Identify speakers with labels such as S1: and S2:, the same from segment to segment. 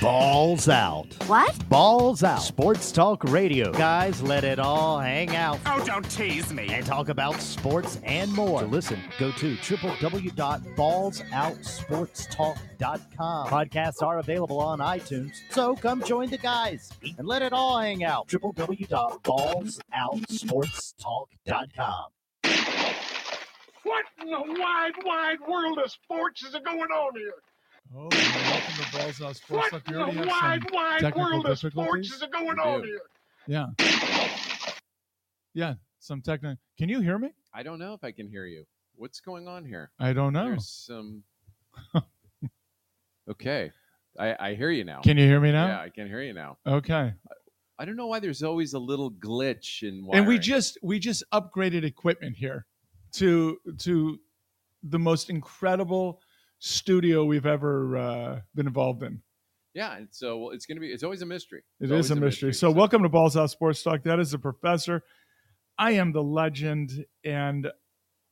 S1: Balls out.
S2: What?
S1: Balls out. Sports talk radio. Guys, let it all hang out
S3: Oh, don't tease me.
S1: and talk about sports and more. To listen, go to www.ballsoutsportstalk.com. Podcasts are available on iTunes, so come join the guys and let it all hang out. www.ballsoutsportstalk.com.
S4: What in the wide, wide world of sports is going on here?
S5: Oh, welcome to Balls Out Sports
S4: What
S5: Talk.
S4: in
S5: We already
S4: the
S5: have some.
S4: wide, wide
S5: technical
S4: world of sports
S5: difficulties?
S4: is going on
S6: do.
S4: here?
S5: Yeah. Yeah, some technical. Can you hear me?
S6: I don't know if I can hear you. What's going on here?
S5: I don't know.
S6: There's some. okay, I, I hear you now.
S5: Can you hear me
S6: Yeah,
S5: now?
S6: I can hear you now.
S5: Okay.
S6: I don't know why there's always a little glitch in. Wiring.
S5: And we just we just upgraded equipment here to to the most incredible studio we've ever uh, been involved in.
S6: yeah. And so well, it's gonna be. It's always a mystery.
S5: It
S6: It's
S5: is
S6: always
S5: a mystery. So,
S6: what?
S5: welcome to Balls Out Sports Talk. That is the professor. I am the legend and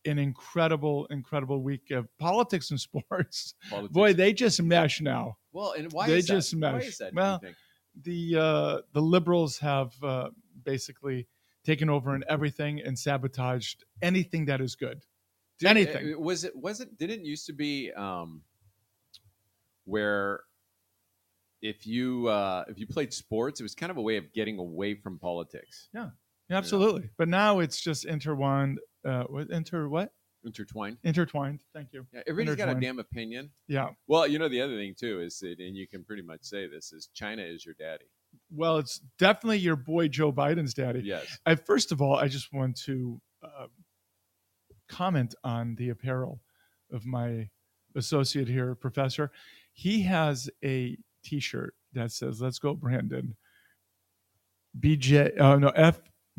S5: an incredible, incredible week of politics and sports. Boy, they just mesh now.
S6: well, and why
S5: they
S6: is that?
S5: just
S6: why
S5: mesh.
S6: is that? do you
S5: Well,
S6: think?
S5: the uh, the liberals have uh, basically taken over in everything and sabotaged anything that is good.
S6: Dude,
S5: anything.
S6: it- uh, was it? Was it? Didn't it used to be um, where if you uh, if you played sports, it was kind of a way of getting away from politics,
S5: Absolutely. But now it's just intertwined. Uh, with inter what?
S6: intertwined.
S5: Intertwined. Thank you.
S6: Yeah, everybody's got a
S5: Intertwined.
S6: damn opinion.
S5: Yeah.
S6: Well, you know the other thing too is that, and you can pretty much say this is China is your daddy.
S5: Well, it's definitely your boy Joe Biden's daddy.
S6: Yes.
S5: I first of all, I just want to uh, comment on the apparel of my associate here, Professor. He has a T-shirt that says "Let's go, Brandon." BJ, uh, no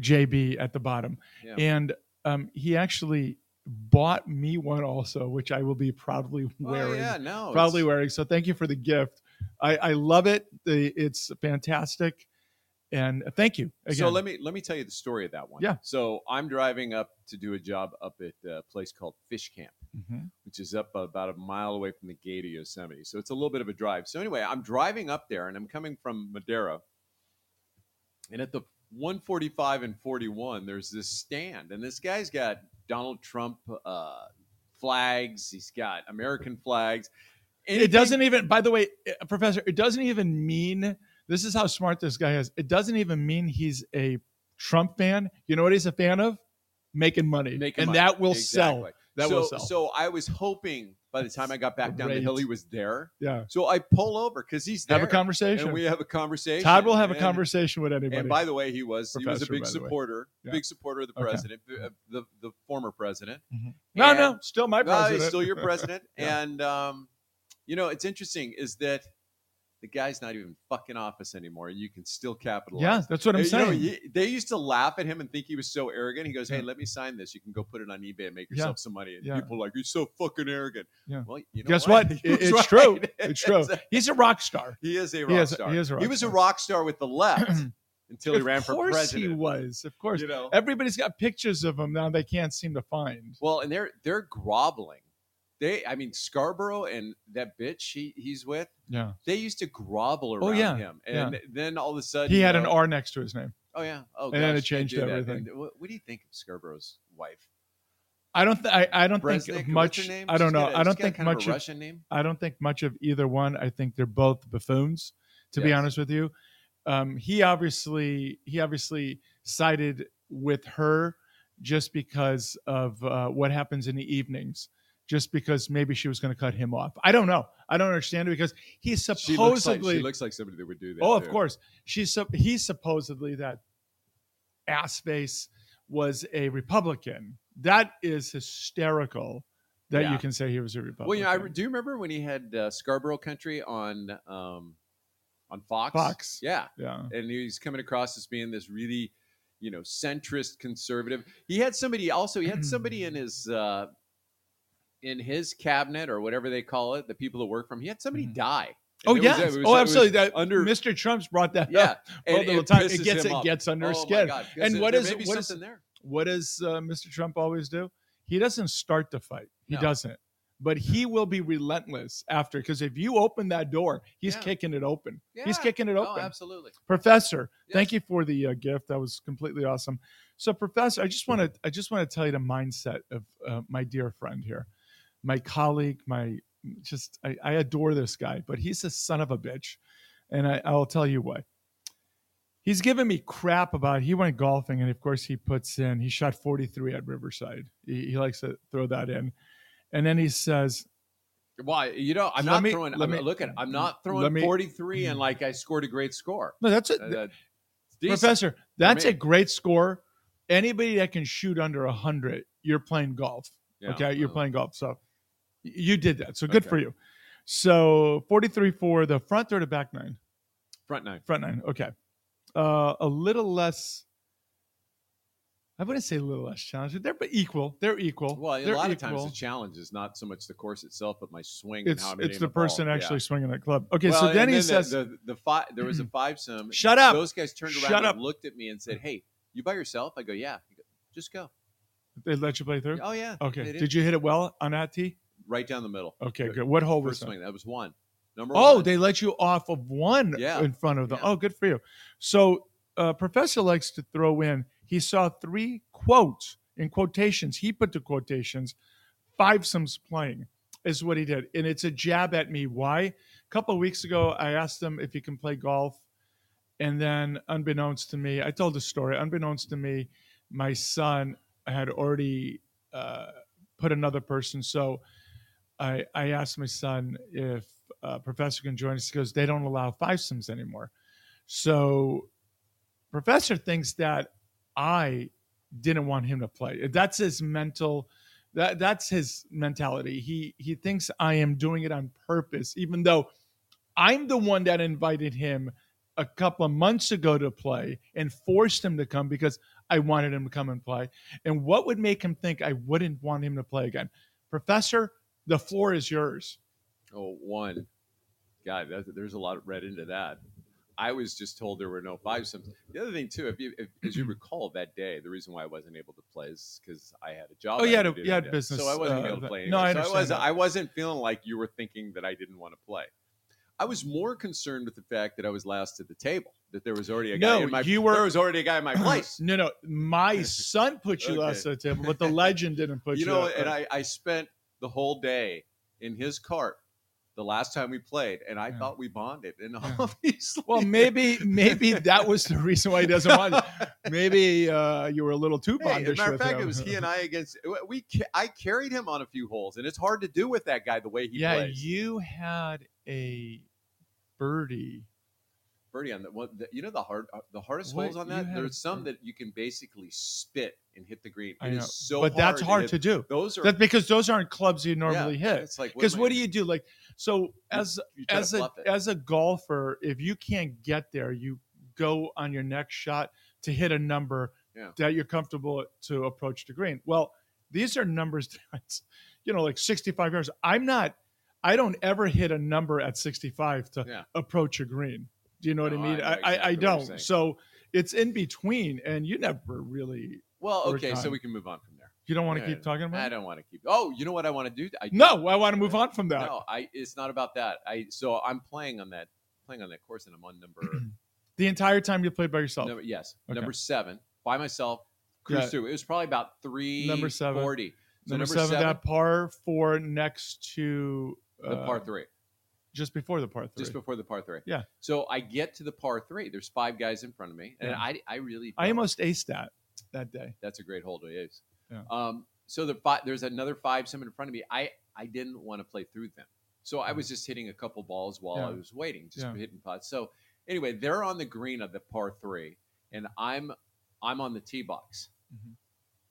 S5: FJB at the bottom,
S6: Yeah.
S5: and um, he actually bought me one also, which I will be proudly wearing.
S6: Oh, yeah. No.
S5: Proudly
S6: it's-
S5: wearing. So thank you for the gift. I, I love it. The, it's fantastic, and thank you again.
S6: So let me let me tell you the story of that one.
S5: Yeah.
S6: So I'm driving up to do a job up at a place called Fish Camp.
S5: Mhm.
S6: which is up about a mile away from the gate of Yosemite. So it's a little bit of a drive. So anyway, I'm driving up there and I'm coming from Madera. And at the 145 and 41, there's this stand. And this guy's got Donald Trump uh, flags, he's got American flags. And
S5: it doesn't even by the way uh, professor it doesn't even mean this is how smart this guy is it doesn't even mean he's a trump fan you know what he's a fan of making money and that will sell That
S6: so,
S5: will sell.
S6: So I was hoping by the time I got back down the
S5: Great.
S6: hill, he was there.
S5: yeah
S6: So I pull over because he's there.
S5: have a conversation
S6: And we have a conversation.
S5: todd will have a
S6: and-
S5: conversation with anybody
S6: And by the way, he was he was a
S5: Professor,
S6: big
S5: by the way.
S6: supporter,
S5: Yeah.
S6: big supporter of the
S5: Okay.
S6: president, b- uh, the the former president.
S5: no
S6: and-
S5: no still my
S6: No,
S5: president
S6: he's still your president,
S5: Yeah.
S6: and um, you know it's interesting is that the guy's not even fucking office anymore, and you can still capitalize.
S5: yeah that's what i'm
S6: You know,
S5: saying
S6: you- they used to laugh at him and think he was so arrogant. He goes, "Hey,
S5: Yeah.
S6: let me sign this. You can go put it on eBay and make
S5: Yeah.
S6: yourself some money." And
S5: Yeah.
S6: people are like, "You're so fucking arrogant."
S5: Yeah.
S6: Well, you know
S5: guess what, It-
S6: He was
S5: it's
S6: right.
S5: true it's true
S6: Exactly.
S5: he's a rock star
S6: He is a rock
S5: He is-
S6: star.
S5: he is a rock
S6: was a
S5: star.
S6: rock star with the left until he
S5: of
S6: ran for
S5: course
S6: president.
S5: he was of course
S6: You know.
S5: everybody's got pictures of him now they can't seem to find
S6: Well, and they're they're groveling. They, I mean, Scarborough and that bitch he, he's with,
S5: yeah
S6: they used to grovel around
S5: Oh, yeah,
S6: him, and then all of a sudden
S5: he had
S6: you
S5: an
S6: know,
S5: r next to his name
S6: Oh yeah, oh,
S5: and then
S6: gosh,
S5: it
S6: they
S5: changed
S6: do that.
S5: everything.
S6: And what, what do you think of Scarborough's wife?
S5: I don't. Th- I, I don't
S6: Bresnik,
S5: think
S6: what's
S5: much.
S6: her name?
S5: I don't
S6: She's
S5: know.
S6: got a-
S5: I
S6: she's
S5: don't
S6: got
S5: think
S6: kind of a
S5: much of.
S6: Russian name.
S5: I don't think much of either one. I think they're both buffoons. To be
S6: Yes.
S5: honest with you, um, he obviously he obviously sided with her just because of uh, what happens in the evenings. Just because maybe she was going to cut him off. I don't know. I don't understand it because he's
S6: She looks, like,
S5: supposedly.
S6: she looks like somebody that would do that.
S5: oh, of
S6: too.
S5: course. She's sup- he's supposedly that ass face was a Republican. That is hysterical. That
S6: Yeah.
S5: you can say he was a Republican.
S6: Well, you know, I re- do you remember when he had uh, Scarborough Country on um, on Fox?
S5: Fox.
S6: yeah.
S5: yeah.
S6: and he's coming across as being this really you know centrist conservative he had somebody also he had somebody in his uh in his cabinet or whatever they call it the people that work from he had somebody
S5: Mhm.
S6: die
S5: Oh
S6: And it
S5: yes.
S6: was- it was- it
S5: oh,
S6: was
S5: absolutely. That
S6: under
S5: Mr. Trump's brought that
S6: yeah
S5: up all
S6: and
S5: the time. It
S6: pisses
S5: gets
S6: him
S5: it
S6: off.
S5: gets under
S6: Oh, my
S5: his skin.
S6: God, 'cause
S5: And
S6: it-
S5: what
S6: there
S5: is-
S6: may be
S5: what is-
S6: something there
S5: What does uh, Mr. Trump always do? He doesn't start the fight. He
S6: No.
S5: doesn't. but he will be relentless after because if you open that door, he's
S6: Yeah.
S5: kicking it open. He's
S6: Yeah.
S5: kicking it
S6: Oh,
S5: open.
S6: absolutely.
S5: Professor,
S6: Yes.
S5: thank you for the uh, gift. That was completely awesome. So, Professor, I just want to I just want to tell you the mindset of uh, my dear friend here, my colleague, my just I, I adore this guy, but he's a son of a bitch, and I, I'll tell you why. He's giving me crap about he went golfing, and of course he puts in he shot forty three at Riverside. He, he likes to throw that in, and then he says,
S6: Why? You know, I'm
S5: Let
S6: not
S5: me-
S6: throwing.
S5: let
S6: I'm,
S5: me-
S6: look at. I'm not
S5: let
S6: throwing
S5: me-
S6: 43 and like I scored a great score.
S5: "No, that's it.
S6: Uh, that's decent.
S5: Professor, that's
S6: me.
S5: a great score. Anybody that can shoot under 100, you're playing golf.
S6: Yeah, uh,
S5: okay, you're
S6: well,
S5: playing golf. So y- you did that. So good
S6: Okay.
S5: for you. So 43 for the front or the back nine?
S6: front nine.
S5: Front nine. Okay. Uh, a little less. I wouldn't say a little less challenging. They're but equal. They're equal.
S6: Well, a
S5: They're
S6: lot of
S5: equal.
S6: times the challenge is not so much the course itself, but my swing. and
S5: it's
S6: how I'm
S5: it's
S6: hitting
S5: the,
S6: ball.
S5: person
S6: Yeah.
S5: actually swinging that club. Okay,
S6: Well,
S5: so
S6: and
S5: then he
S6: the-
S5: says,
S6: the, the, five. There was a five some.
S5: "Shut up."
S6: Those guys turned around
S5: Shut up.
S6: and looked at me and said, "Hey, you by yourself?" I go, "Yeah." He go, Just go.
S5: They let you play through.
S6: Oh yeah.
S5: Okay.
S6: They
S5: Did. you hit it well on that tee?
S6: Right down the middle.
S5: Okay,
S6: Good.
S5: good. What hole was
S6: First
S5: that?
S6: swing. That was one. Number one.
S5: Oh, they let you off of one
S6: Yeah.
S5: in front of them.
S6: Yeah.
S5: Oh, good for you. So, uh, Professor likes to throw in, he saw three quotes in quotations. He put the quotations, fivesomes playing is what he did. And it's a jab at me. Why? A couple of weeks ago, I asked him if he can play golf. And then, unbeknownst to me, I told the story. Unbeknownst to me, my son had already uh, put another person. So I, I asked my son if uh, Professor can join us. He goes, they don't allow fivesomes anymore. So Professor thinks that I didn't want him to play. That's his mental. That that's his mentality. He he thinks I am doing it on purpose, even though I'm the one that invited him a couple of months ago to play and forced him to come because I wanted him to come and play. And what would make him think I wouldn't want him to play again? Professor, the floor is yours.
S6: Oh, one. God, that, there's a lot read into that. I was just told there were no fivesomes. The other thing too, if you, if, as you
S5: Mm-hmm.
S6: recall that day, the reason why I wasn't able to play is because I had a job.
S5: Oh,
S6: I
S5: you had
S6: had to
S5: a-
S6: do
S5: you had
S6: that day.
S5: business,
S6: so I wasn't
S5: uh,
S6: able to play.
S5: no, I
S6: anyway. so I
S5: understand
S6: was
S5: that.
S6: I wasn't feeling like you were thinking that I didn't want to play. I was more concerned with the fact that I was last at the table. That there was already a guy
S5: No,
S6: in my
S5: you were-
S6: there was already a guy in my place.
S5: No, no, my son put you
S6: Okay.
S5: last at the table, but the legend didn't put you.
S6: you know,
S5: at-
S6: and I, I spent the whole day in his cart the last time we played, and I
S5: Yeah.
S6: thought we bonded. And
S5: Yeah.
S6: obviously,
S5: Well, maybe maybe that was the reason why he doesn't want. it. Maybe uh, you were a little too
S6: Hey, as a
S5: bondish
S6: matter of
S5: with
S6: fact,
S5: him.
S6: it was he and I against we. ca- I carried him on a few holes, and it's hard to do with that guy the way he
S5: yeah,
S6: plays.
S5: you had a birdie.
S6: Birdie on the, one, the you know the hard uh, the hardest
S5: Wait,
S6: holes on
S5: you
S6: that.
S5: had a
S6: There's some
S5: bird-
S6: that you can basically spit and hit the green.
S5: I
S6: It is
S5: know,
S6: so,
S5: but that's hard to
S6: hit.
S5: do.
S6: Those are
S5: That's because those aren't clubs you
S6: yeah,
S5: normally hit.
S6: It's like
S5: Because what do you do? Like so,
S6: Hmm.
S5: as as a as
S6: as
S5: a golfer, if you can't get there, you go on your next shot to hit a number
S6: Yeah.
S5: that you're comfortable to approach the green. Well, these are numbers that's you know like 65 yards. I'm not I don't ever hit a number at 65 to
S6: Yeah.
S5: approach a green. Do you know
S6: No,
S5: what I mean? I, I,
S6: I know
S5: I
S6: exactly what you're saying.
S5: don't. So it's in between and you never really
S6: well,
S5: over
S6: okay, so
S5: time.
S6: we can move on from there.
S5: you don't want to
S6: Yeah,
S5: keep talking about
S6: I
S5: it?
S6: don't want to keep. Oh, you know what I want to do? I,
S5: No, I want to move on from that.
S6: no, I. It's not about that. I so I'm playing on that playing on that course, and I'm on number.
S5: The entire time you played by yourself.
S6: Number, yes,
S5: Okay.
S6: number seven by myself. Cruise
S5: Yeah.
S6: through. It was probably about three
S5: Number seven.
S6: forty. So
S5: number, seven, that par four next to
S6: the
S5: uh,
S6: par three,
S5: just before the par three.
S6: just before the par three.
S5: Yeah.
S6: So I get to the par three. There's five guys in front of me, and
S5: Yeah.
S6: I I really
S5: I
S6: felt-
S5: almost aced that that day.
S6: that's a great hole to ace.
S5: Yeah.
S6: Um. So the five, there's another five some in front of me. I I didn't want to play through them, so I was just hitting a couple balls while I
S5: Yeah.
S6: was waiting, just
S5: Yeah.
S6: hitting putts. So anyway, they're on the green of the par three, and I'm I'm on the tee box.
S5: Mhm.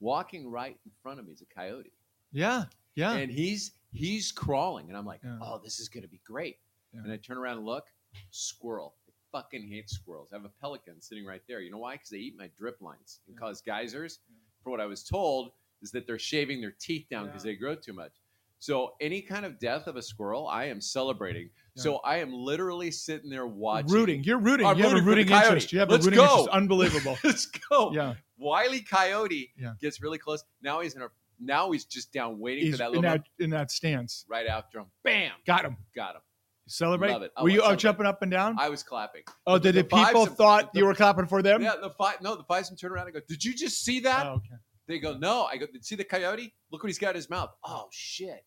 S6: Walking right in front of me is a coyote.
S5: Yeah, yeah.
S6: and he's he's crawling and i'm like
S5: Yeah.
S6: oh this is gonna be great
S5: Yeah.
S6: and i turn around and look squirrel i fucking hate squirrels i have a pelican sitting right there you know why because they eat my drip lines and
S5: Yeah.
S6: cause geysers
S5: Yeah.
S6: for what i was told is that they're shaving their teeth down because
S5: Yeah.
S6: they grow too much so any kind of death of a squirrel i am celebrating so i am literally sitting there watching
S5: rooting. You're rooting.
S6: I'm
S5: you have a
S6: rooting for the
S5: rooting
S6: coyote.
S5: interest. You have
S6: Let's
S5: a rooting
S6: go.
S5: interest. Unbelievable.
S6: let's go
S5: yeah.
S6: wiley coyote
S5: Yeah.
S6: gets really close now he's in a Now he's just down waiting
S5: He's
S6: for that
S5: in
S6: little
S5: that in that stance.
S6: right after him. Bam!
S5: Got him.
S6: Got him.
S5: Celebrate.
S6: Love it. I
S5: Were you
S6: want
S5: oh,
S6: something.
S5: jumping up and down?
S6: I was clapping.
S5: oh, did
S6: the
S5: the people
S6: vibes of-
S5: thought
S6: the-
S5: you were clapping for them?
S6: Yeah, the five. No, the Bison turn around and go, "Did you just see
S5: Oh,
S6: that?"
S5: okay.
S6: They go, "No." I go, "See the coyote? Look what he's got in his mouth." Oh shit!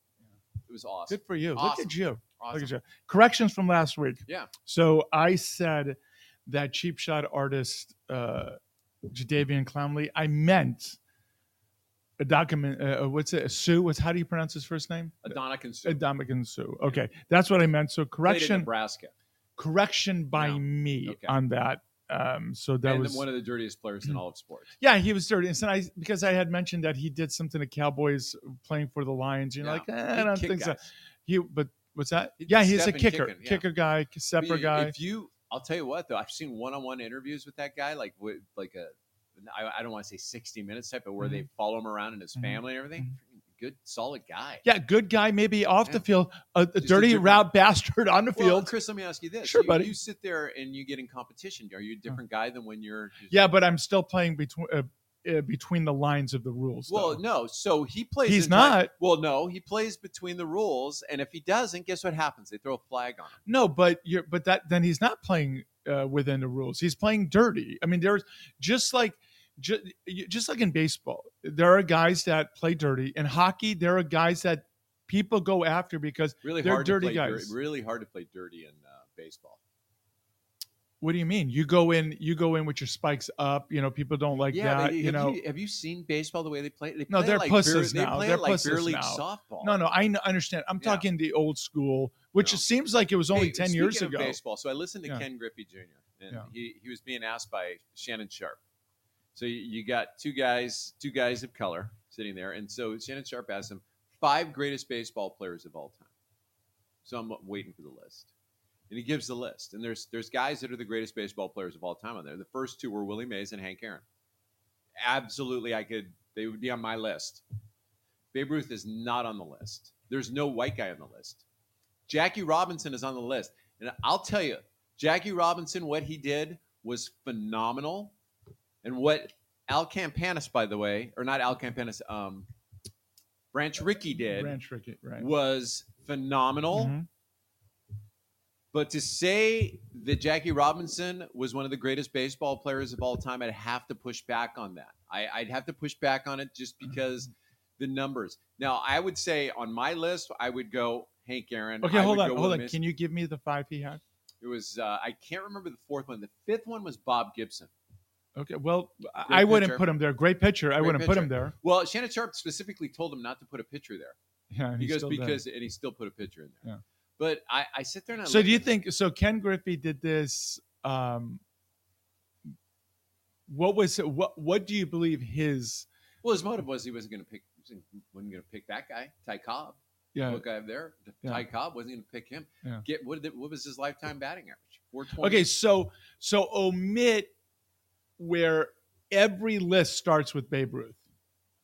S6: It was awesome.
S5: Good for you. Look
S6: Awesome.
S5: at you.
S6: awesome.
S5: Look at you. Corrections from last week.
S6: Yeah.
S5: So I said that cheap shot artist uh, Jadavian Clowney. I meant a document. Uh, uh, what's it? Sue. What's how do you pronounce his first name?
S6: Adonican Sioux.
S5: Adamican Sue. Okay, that's what I meant. So
S6: Played in
S5: correction,
S6: Nebraska.
S5: correction by
S6: No.
S5: me
S6: Okay.
S5: on that. Um, so that
S6: and
S5: was
S6: one of the dirtiest players in all of sports.
S5: yeah, he was dirty. And so I because I had mentioned that he did something to Cowboys playing for the Lions. You're
S6: Yeah.
S5: like, eh,
S6: He
S5: I don't
S6: kicked
S5: think so.
S6: guys.
S5: He but what's that?
S6: He'd
S5: yeah, he's a
S6: step and
S5: kicker,
S6: kicking, yeah.
S5: kicker guy,
S6: I
S5: stepper
S6: mean,
S5: guy.
S6: If you, I'll tell you what though, I've seen one-on-one interviews with that guy, like with like a, I, I don't want to say sixty minutes type, but where
S5: Mm-hmm.
S6: they follow him around and his
S5: Mhm.
S6: family and everything. Good, solid guy.
S5: Yeah, good guy, maybe off
S6: Yeah.
S5: the field, a, a
S6: a
S5: dirty
S6: different-
S5: route bastard on the
S6: Well,
S5: field.
S6: Chris, let me ask you this:
S5: Sure,
S6: you,
S5: buddy.
S6: you sit there and you get in competition. Are you a different guy than when you're?
S5: Yeah, but I'm still playing between uh, uh, between the lines of the rules.
S6: Well,
S5: though.
S6: no. So he plays.
S5: He's
S6: in time-
S5: not.
S6: Well, no. He plays between the rules, and if he doesn't, guess what happens? They throw a flag on him.
S5: no, but you're but that then he's not playing uh, within the rules. He's playing dirty. I mean, there's just like just, just like in baseball, there are guys that play dirty. In hockey, there are guys that people go after because
S6: Really
S5: They're
S6: hard
S5: dirty
S6: to play dir-
S5: guys.
S6: really hard to play dirty in uh, baseball.
S5: what do you mean? You go in, you go in with your spikes up. You know, people don't like
S6: but
S5: that.
S6: have
S5: you know,
S6: have you seen baseball the way they play? it? They
S5: No,
S6: play it
S5: they're
S6: like
S5: pussies
S6: beer,
S5: now.
S6: They play
S5: They're
S6: it like beer
S5: pussies
S6: league
S5: now.
S6: softball.
S5: no, no, I n- understand. I'm
S6: Yeah.
S5: talking the old school, which
S6: No.
S5: it seems like it was only
S6: Hey,
S5: ten years
S6: speaking of
S5: ago.
S6: baseball. So I listened to
S5: Yeah.
S6: Ken Griffey Jr. and
S5: Yeah.
S6: he, he was being asked by Shannon Sharp. So you, you got two guys, two guys of color sitting there, and so Shannon Sharp asked him five greatest baseball players of all time. So I'm waiting for the list, and he gives the list, and there's there's guys that are the greatest baseball players of all time on there. The first two were Willie Mays and Hank Aaron. Absolutely, I could. They would be on my list. Babe Ruth is not on the list. There's no white guy on the list. Jackie Robinson is on the list. And I'll tell you, Jackie Robinson, what he did was phenomenal. And what Al Campanis, by the way, or not Al Campanis, um, Branch Rickey did
S5: Ranch Rickey, right?
S6: was phenomenal.
S5: Mhm.
S6: But to say that Jackie Robinson was one of the greatest baseball players of all time, I'd have to push back on that. I, I'd have to push back on it just
S5: Mm-hmm.
S6: because the numbers. Now, I would say on my list, I would go Hank Aaron.
S5: Okay,
S6: I
S5: hold
S6: would
S5: on,
S6: go
S5: hold
S6: Willie
S5: on.
S6: Mays.
S5: Can you give me the five he had?
S6: It was uh, I can't remember the fourth one. The fifth one was Bob Gibson.
S5: Okay, well, I-
S6: Great
S5: I wouldn't
S6: pitcher.
S5: put him there. Great pitcher. I
S6: Great
S5: wouldn't put him there.
S6: Well, Shannon Sharp specifically told him not to put a pitcher there.
S5: Yeah, and
S6: He
S5: he's
S6: goes
S5: still there.
S6: because, and he still put a pitcher in there.
S5: Yeah.
S6: But I, I sit there and I
S5: So
S6: look
S5: do you
S6: at-
S5: think? So Ken Griffey did this. Um, what was it? What What do you believe his?
S6: Well, his motive was he wasn't going to pick. he Wasn't, wasn't going to pick that guy, Ty Cobb.
S5: Yeah.
S6: Look, I have there. The-
S5: Yeah.
S6: Ty Cobb wasn't going to pick him.
S5: Yeah.
S6: Get what? Did, what was his lifetime batting average? Four twenty.
S5: Okay, so so omit where every list starts with Babe Ruth.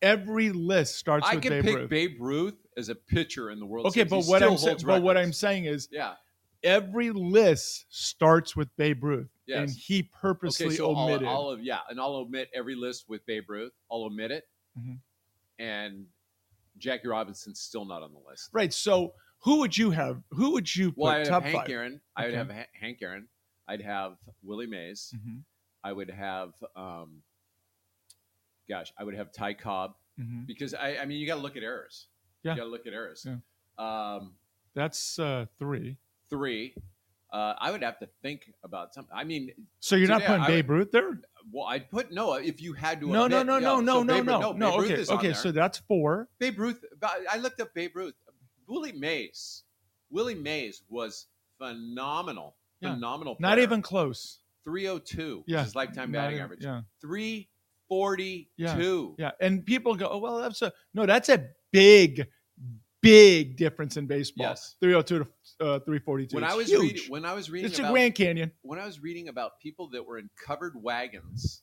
S5: Every list starts
S6: I
S5: with
S6: can
S5: Babe
S6: pick
S5: Ruth.
S6: Babe Ruth as a pitcher in the World
S5: okay,
S6: Series.
S5: but
S6: He
S5: what
S6: still
S5: I'm saying,
S6: holds
S5: but what I'm
S6: records.
S5: saying is
S6: yeah.
S5: every list starts with Babe Ruth, and
S6: Yes.
S5: he purposely
S6: Okay, so I'll-
S5: omitted.
S6: I'll, of yeah, and I'll omit every list with Babe Ruth. I'll omit it,
S5: Mhm.
S6: and Jackie Robinson's still not on the list.
S5: right. So who would you have? Who would you put
S6: Well, I would
S5: top
S6: have Hank
S5: five?
S6: Aaron. I would
S5: Okay.
S6: have ha- Hank Aaron. I'd have Willie Mays.
S5: Mhm,
S6: I would have, um, gosh, I would have Ty Cobb
S5: mhm.
S6: because I, I mean, you got to look at errors.
S5: Yeah.
S6: You got to look at errors.
S5: Yeah.
S6: Um,
S5: That's uh, three.
S6: three, uh, I would have to think about something. I mean,
S5: So you're not
S6: Today,
S5: putting
S6: I
S5: Babe Ruth there?
S6: well, I'd put no if you had to.
S5: No, no,
S6: omit-
S5: no,
S6: yeah,
S5: no, no, no,
S6: so Babe Ruth-
S5: no, no.
S6: Babe Ruth
S5: Okay,
S6: is on
S5: okay.
S6: there.
S5: So that's four.
S6: Babe Ruth. but I looked up Babe Ruth. Willie Mays. Willie Mays was phenomenal.
S5: Yeah.
S6: Phenomenal.
S5: Not
S6: player.
S5: even close.
S6: 302
S5: Yeah.
S6: is his lifetime
S5: Not
S6: batting
S5: even-
S6: average.
S5: Yeah.
S6: 342.
S5: Yeah, and people go, "Oh well, that's a no, that's a big, big difference in baseball."
S6: Yes.
S5: three hundred two to uh, three forty two.
S6: When I was
S5: huge.
S6: reading, when I was reading
S5: it's
S6: about
S5: the Grand Canyon.
S6: when I was reading about people that were in covered wagons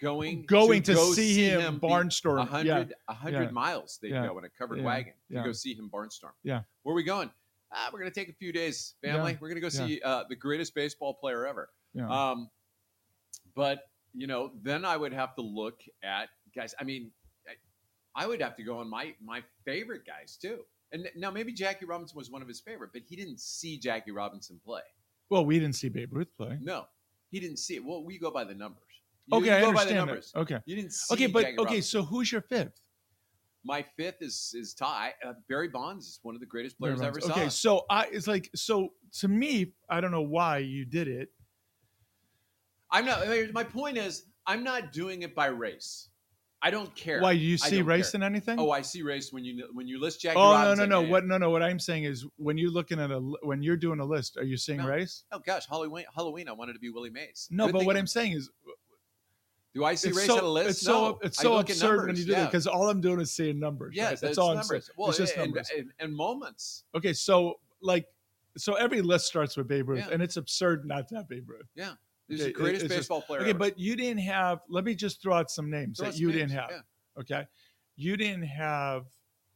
S6: going
S5: Going to,
S6: go
S5: see, him,
S6: be
S5: barnstorm. Yeah,
S6: 100, 100
S5: Yeah.
S6: miles they
S5: Yeah.
S6: go in a covered
S5: Yeah.
S6: wagon
S5: Yeah.
S6: to go see him barnstorm.
S5: Yeah.
S6: Where are we going? Ah, we're going to take a few days, family.
S5: Yeah.
S6: We're going to go
S5: Yeah.
S6: see uh, the greatest baseball player ever.
S5: yeah.
S6: Um, but, you know, then I would have to look at guys. I mean, I- I would have to go on my my favorite guys too. And now maybe Jackie Robinson was one of his favorite, but he didn't see Jackie Robinson play.
S5: Well, we didn't see Babe Ruth play.
S6: No, he didn't see it. Well, we go by the numbers. You-
S5: Okay,
S6: you
S5: I
S6: go by
S5: understand
S6: the
S5: that.
S6: numbers.
S5: Okay,
S6: You didn't see.
S5: okay, but
S6: Jackie
S5: okay.
S6: Robinson.
S5: So who's your fifth?
S6: my fifth is is Ty uh, Barry Bonds is one of the greatest
S5: Barry
S6: players I ever
S5: Bonds.
S6: saw.
S5: Okay, so I it's like so to me, I don't know why you did it.
S6: I'm not. My point is, I'm not doing it by race. I don't care.
S5: Why do you
S6: I
S5: see
S6: don't
S5: race
S6: care.
S5: in anything?
S6: Oh, I see race when you when you list Jackie.
S5: Oh, no, no,
S6: Robinson,
S5: no.
S6: yeah, yeah.
S5: What no no what I'm saying is when you're looking at a li- when you're doing a list, are you seeing
S6: No.
S5: race?
S6: Oh gosh, Halloween. Halloween. I wanted to be Willie Mays.
S5: No,
S6: Good
S5: but
S6: thing-
S5: what I'm saying is
S6: do I see
S5: it's
S6: race
S5: so
S6: on a list?
S5: it's
S6: no.
S5: so it's
S6: I
S5: so
S6: look at
S5: absurd when
S6: numbers,
S5: you do
S6: yeah.
S5: that because all I'm doing is seeing numbers.
S6: Yes,
S5: right? that's
S6: it's
S5: all I'm saying.
S6: numbers. Well,
S5: it's just
S6: and,
S5: numbers.
S6: And, and moments.
S5: okay, so like so every list starts with Babe Ruth,
S6: Yeah.
S5: and it's absurd not to have Babe Ruth.
S6: He's
S5: Okay,
S6: the greatest
S5: it's just-
S6: baseball player.
S5: Okay,
S6: ever.
S5: but you didn't have. Let me just throw out some names
S6: Throw
S5: that
S6: some
S5: you
S6: names,
S5: didn't have.
S6: yeah.
S5: Okay, you didn't have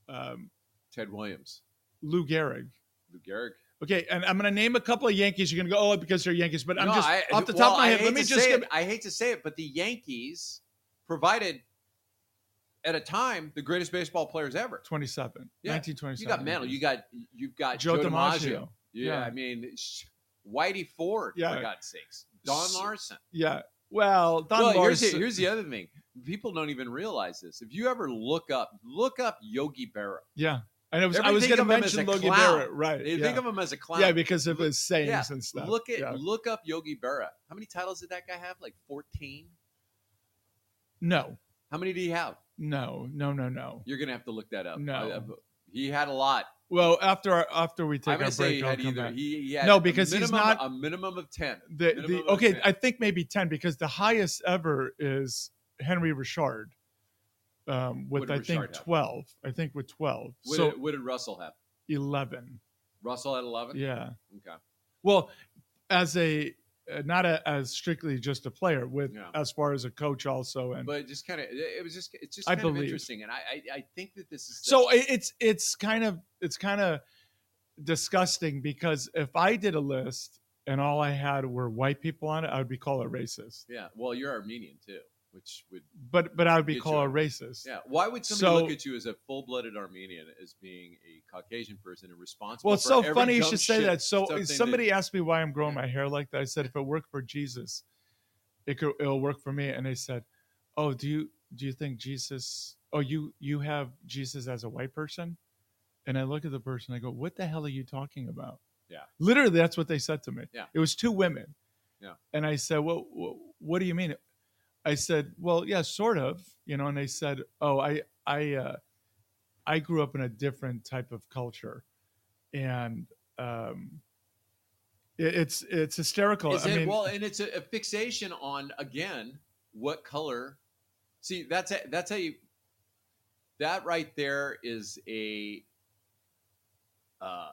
S5: um,
S6: Ted Williams,
S5: Lou Gehrig.
S6: Lou Gehrig.
S5: Okay, and I'm going to name a couple of Yankees. You're going to go, oh, because they're Yankees. But I'm
S6: No,
S5: just
S6: I-
S5: off the top
S6: well,
S5: of my
S6: I
S5: head.
S6: hate
S5: Let me
S6: to
S5: just.
S6: say
S5: Give,
S6: it, I hate to say it, but the Yankees provided at a time the greatest baseball players ever.
S5: 27,
S6: Yeah.
S5: 1927.
S6: You got Mantle. You got you've got
S5: Joe
S6: Joe, DiMaggio.
S5: DiMaggio.
S6: Yeah,
S5: Yeah.
S6: I mean, sh- Whitey Ford.
S5: Yeah.
S6: for God's sakes, Don
S5: S-
S6: Larson.
S5: Yeah. Well, Don
S6: well, here's the,
S5: Larson.
S6: here's the other thing. People don't even realize this. If you ever look up, look up Yogi Berra.
S5: yeah. And I was, I
S6: Everybody
S5: was going
S6: think
S5: to
S6: of him
S5: mention
S6: as a
S5: Logie
S6: clown.
S5: Barrett. Right.
S6: They
S5: yeah.
S6: think of him as a clown.
S5: yeah, because of his sayings
S6: Yeah,
S5: and stuff.
S6: Look at
S5: Yeah.
S6: look up Yogi Berra. How many titles did that guy have? Like 14.
S5: No,
S6: How many did he have?
S5: no, no, no, no.
S6: You're gonna have to look that up.
S5: No.
S6: I- I- he had a lot.
S5: Well, after our, after we take
S6: I'm
S5: our
S6: gonna say he
S5: break, I'll
S6: had
S5: come
S6: either
S5: back.
S6: he, he had
S5: No,
S6: a
S5: because he's
S6: minimum-
S5: not-
S6: a minimum of ten.
S5: The,
S6: minimum
S5: the,
S6: of
S5: okay,
S6: 10.
S5: I think maybe 10 because the highest ever is Henry Richard um, with,
S6: What
S5: I
S6: did
S5: think,
S6: Richard have?
S5: 12. I think with 12.
S6: What,
S5: so
S6: did, what did Russell have?
S5: 11.
S6: Russell had 11.
S5: Yeah.
S6: Okay.
S5: Well, as a uh, not a, as strictly just a player, with
S6: Yeah.
S5: as far as a coach also, and
S6: But just kind of, it was just, it's just
S5: I
S6: kind of
S5: believe.
S6: interesting, and I, I, I think that this is the-
S5: so it, it's it's kind of it's kind of disgusting because if I did a list and all I had were white people on it, I would be called a racist.
S6: Yeah. Well, you're Armenian too, which would
S5: But but I would be
S6: Get
S5: called a
S6: you.
S5: racist.
S6: yeah. Why would somebody look
S5: So-
S6: at you as a full-blooded Armenian as being a Caucasian person and responsible?
S5: Well, it's
S6: for
S5: so
S6: every
S5: funny you
S6: dumb
S5: should say
S6: shit,
S5: that. So eh,
S6: stuff they
S5: somebody
S6: did?
S5: asked me why I'm growing
S6: Yeah.
S5: my hair like that. I said, if it worked for Jesus, it could it'll work for me. And they said, oh, do you do you think Jesus? Oh, you you have Jesus as a white person? And I look at the person. I go, what the hell are you talking about?
S6: Yeah.
S5: literally, that's what they said to me.
S6: Yeah.
S5: it was two women.
S6: Yeah.
S5: and I said, well, wh- what do you mean? I said, well, yeah, sort of, you know. And they said, oh, I I uh, I grew up in a different type of culture, and um, it, it's it's hysterical.
S6: Is
S5: I
S6: it,
S5: mean,
S6: well, and it's a, a fixation on again what color. See, that's a, that's how you. That right there is a. Uh,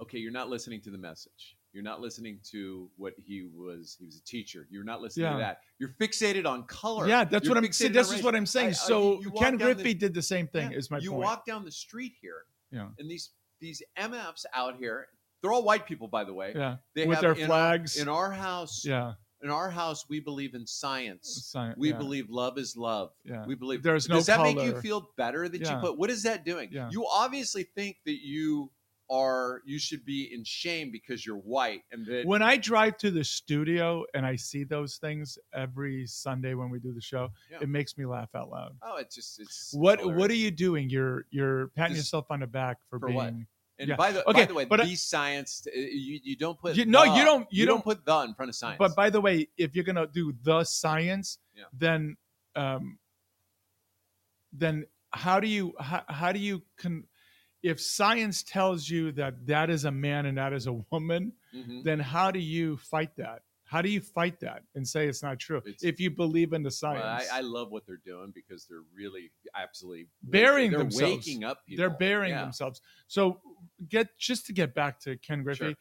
S6: okay, you're not listening to the message. You're not listening to what he was. He was a teacher. You're not listening
S5: Yeah.
S6: to that. You're fixated on color.
S5: yeah, that's
S6: You're
S5: what I'm.
S6: fixated
S5: See,
S6: on
S5: this
S6: race.
S5: is what I'm
S6: I-
S5: saying.
S6: I-
S5: so
S6: you- you walk
S5: Ken
S6: down the-
S5: Griffey did the same thing.
S6: Yeah,
S5: Is my
S6: you
S5: point?
S6: walk down the street here,
S5: Yeah.
S6: and these these MFs out here. They're all white people, by the way.
S5: yeah,
S6: They
S5: with
S6: have
S5: their
S6: in our-
S5: flags.
S6: in our house,
S5: yeah,
S6: in our house, we believe in science.
S5: sign-
S6: We
S5: yeah,
S6: believe love is love.
S5: Yeah.
S6: We believe
S5: There's no
S6: Does that make you
S5: color.
S6: feel better that
S5: Yeah.
S6: you put? What is that doing?
S5: Yeah.
S6: You obviously think that you are you should be in shame because you're white and that
S5: when I drive to the studio and I see those things every Sunday when we do the show,
S6: Yeah.
S5: it makes me laugh out loud.
S6: oh it's just it's
S5: What
S6: color.
S5: What are you doing? You're you're patting
S6: Just-
S5: yourself on the back for,
S6: For
S5: being.
S6: what? and
S5: yeah.
S6: by the
S5: Okay,
S6: by the way
S5: but I-
S6: the science uh, you, you don't put
S5: You- no,
S6: the.
S5: you don't- you
S6: don't,
S5: don't-
S6: put the in front of science
S5: But by the way, if you're gonna do the science,
S6: Yeah.
S5: then um, then how do you how, how do you con- if science tells you that that is a man and that is a woman,
S6: Mhm.
S5: then how do you fight that? How do you fight that and say it's not true
S6: It's-
S5: if you believe in the
S6: Well,
S5: science?
S6: I, I love what they're doing because they're really absolutely
S5: Burying
S6: they're
S5: themselves.
S6: waking up people.
S5: they're burying
S6: Yeah.
S5: themselves. So get just to get back to Ken Griffey,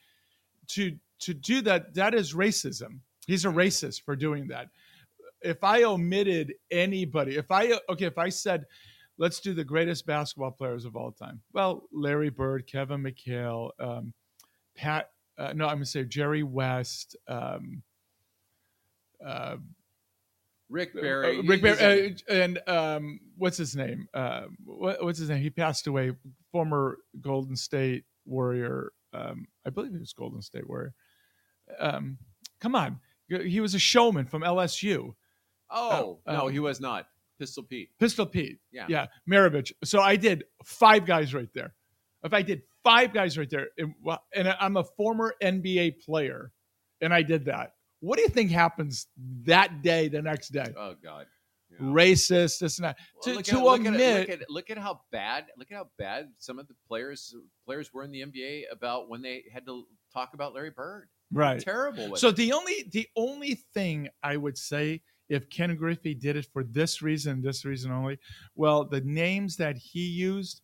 S6: Sure.
S5: to to do that that is racism. He's a racist for doing that. If I omitted anybody, if I okay, if I said let's do the greatest basketball players of all time, well, Larry Bird, Kevin McHale, um, Pat, uh, no, I'm gonna say Jerry West. Um, uh,
S6: Rick Barry.
S5: Uh, Rick
S6: he's a-
S5: Barry, uh, and um, what's his name? Uh, what, what's his name? He passed away. Former Golden State Warrior. Um, I believe he was Golden State Warrior. Um, come on, he was a showman from LSU.
S6: oh,
S5: uh,
S6: no,
S5: um,
S6: he was not. Pistol Pete.
S5: Pistol Pete.
S6: Yeah.
S5: Yeah, Maravich. So I did five guys right there. If I did five guys right there, and, well, and I'm a former NBA player, and I did that. What do you think happens that day, the next day?
S6: Oh God. Yeah.
S5: Racist, this and that.
S6: Well,
S5: To-
S6: look
S5: to
S6: at, look at-
S5: omit-
S6: look at, look at how bad look at how bad some of the players players were in the NBA about when they had to talk about Larry Bird.
S5: Right.
S6: Terrible. with
S5: So
S6: it.
S5: the only the only thing I would say if Ken Griffey did it for this reason, this reason only, well, the names that he used,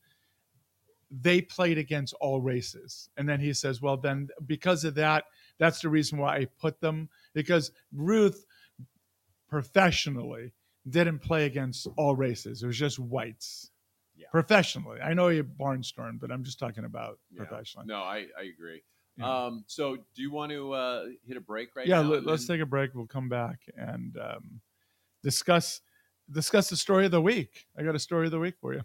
S5: they played against all races. And then he says, well, then because of that, that's the reason why I put them because Ruth professionally didn't play against all races. It was just whites.
S6: Yeah.
S5: Professionally. I know you barnstorm, but I'm just talking about
S6: Yeah.
S5: professionally.
S6: No, I, I agree.
S5: Yeah.
S6: Um, so do you want to uh, hit a break right
S5: yeah,
S6: now?
S5: let, us
S6: and-
S5: take a break. We'll come back and um, discuss discuss the story of the week. I got a story of the week for you.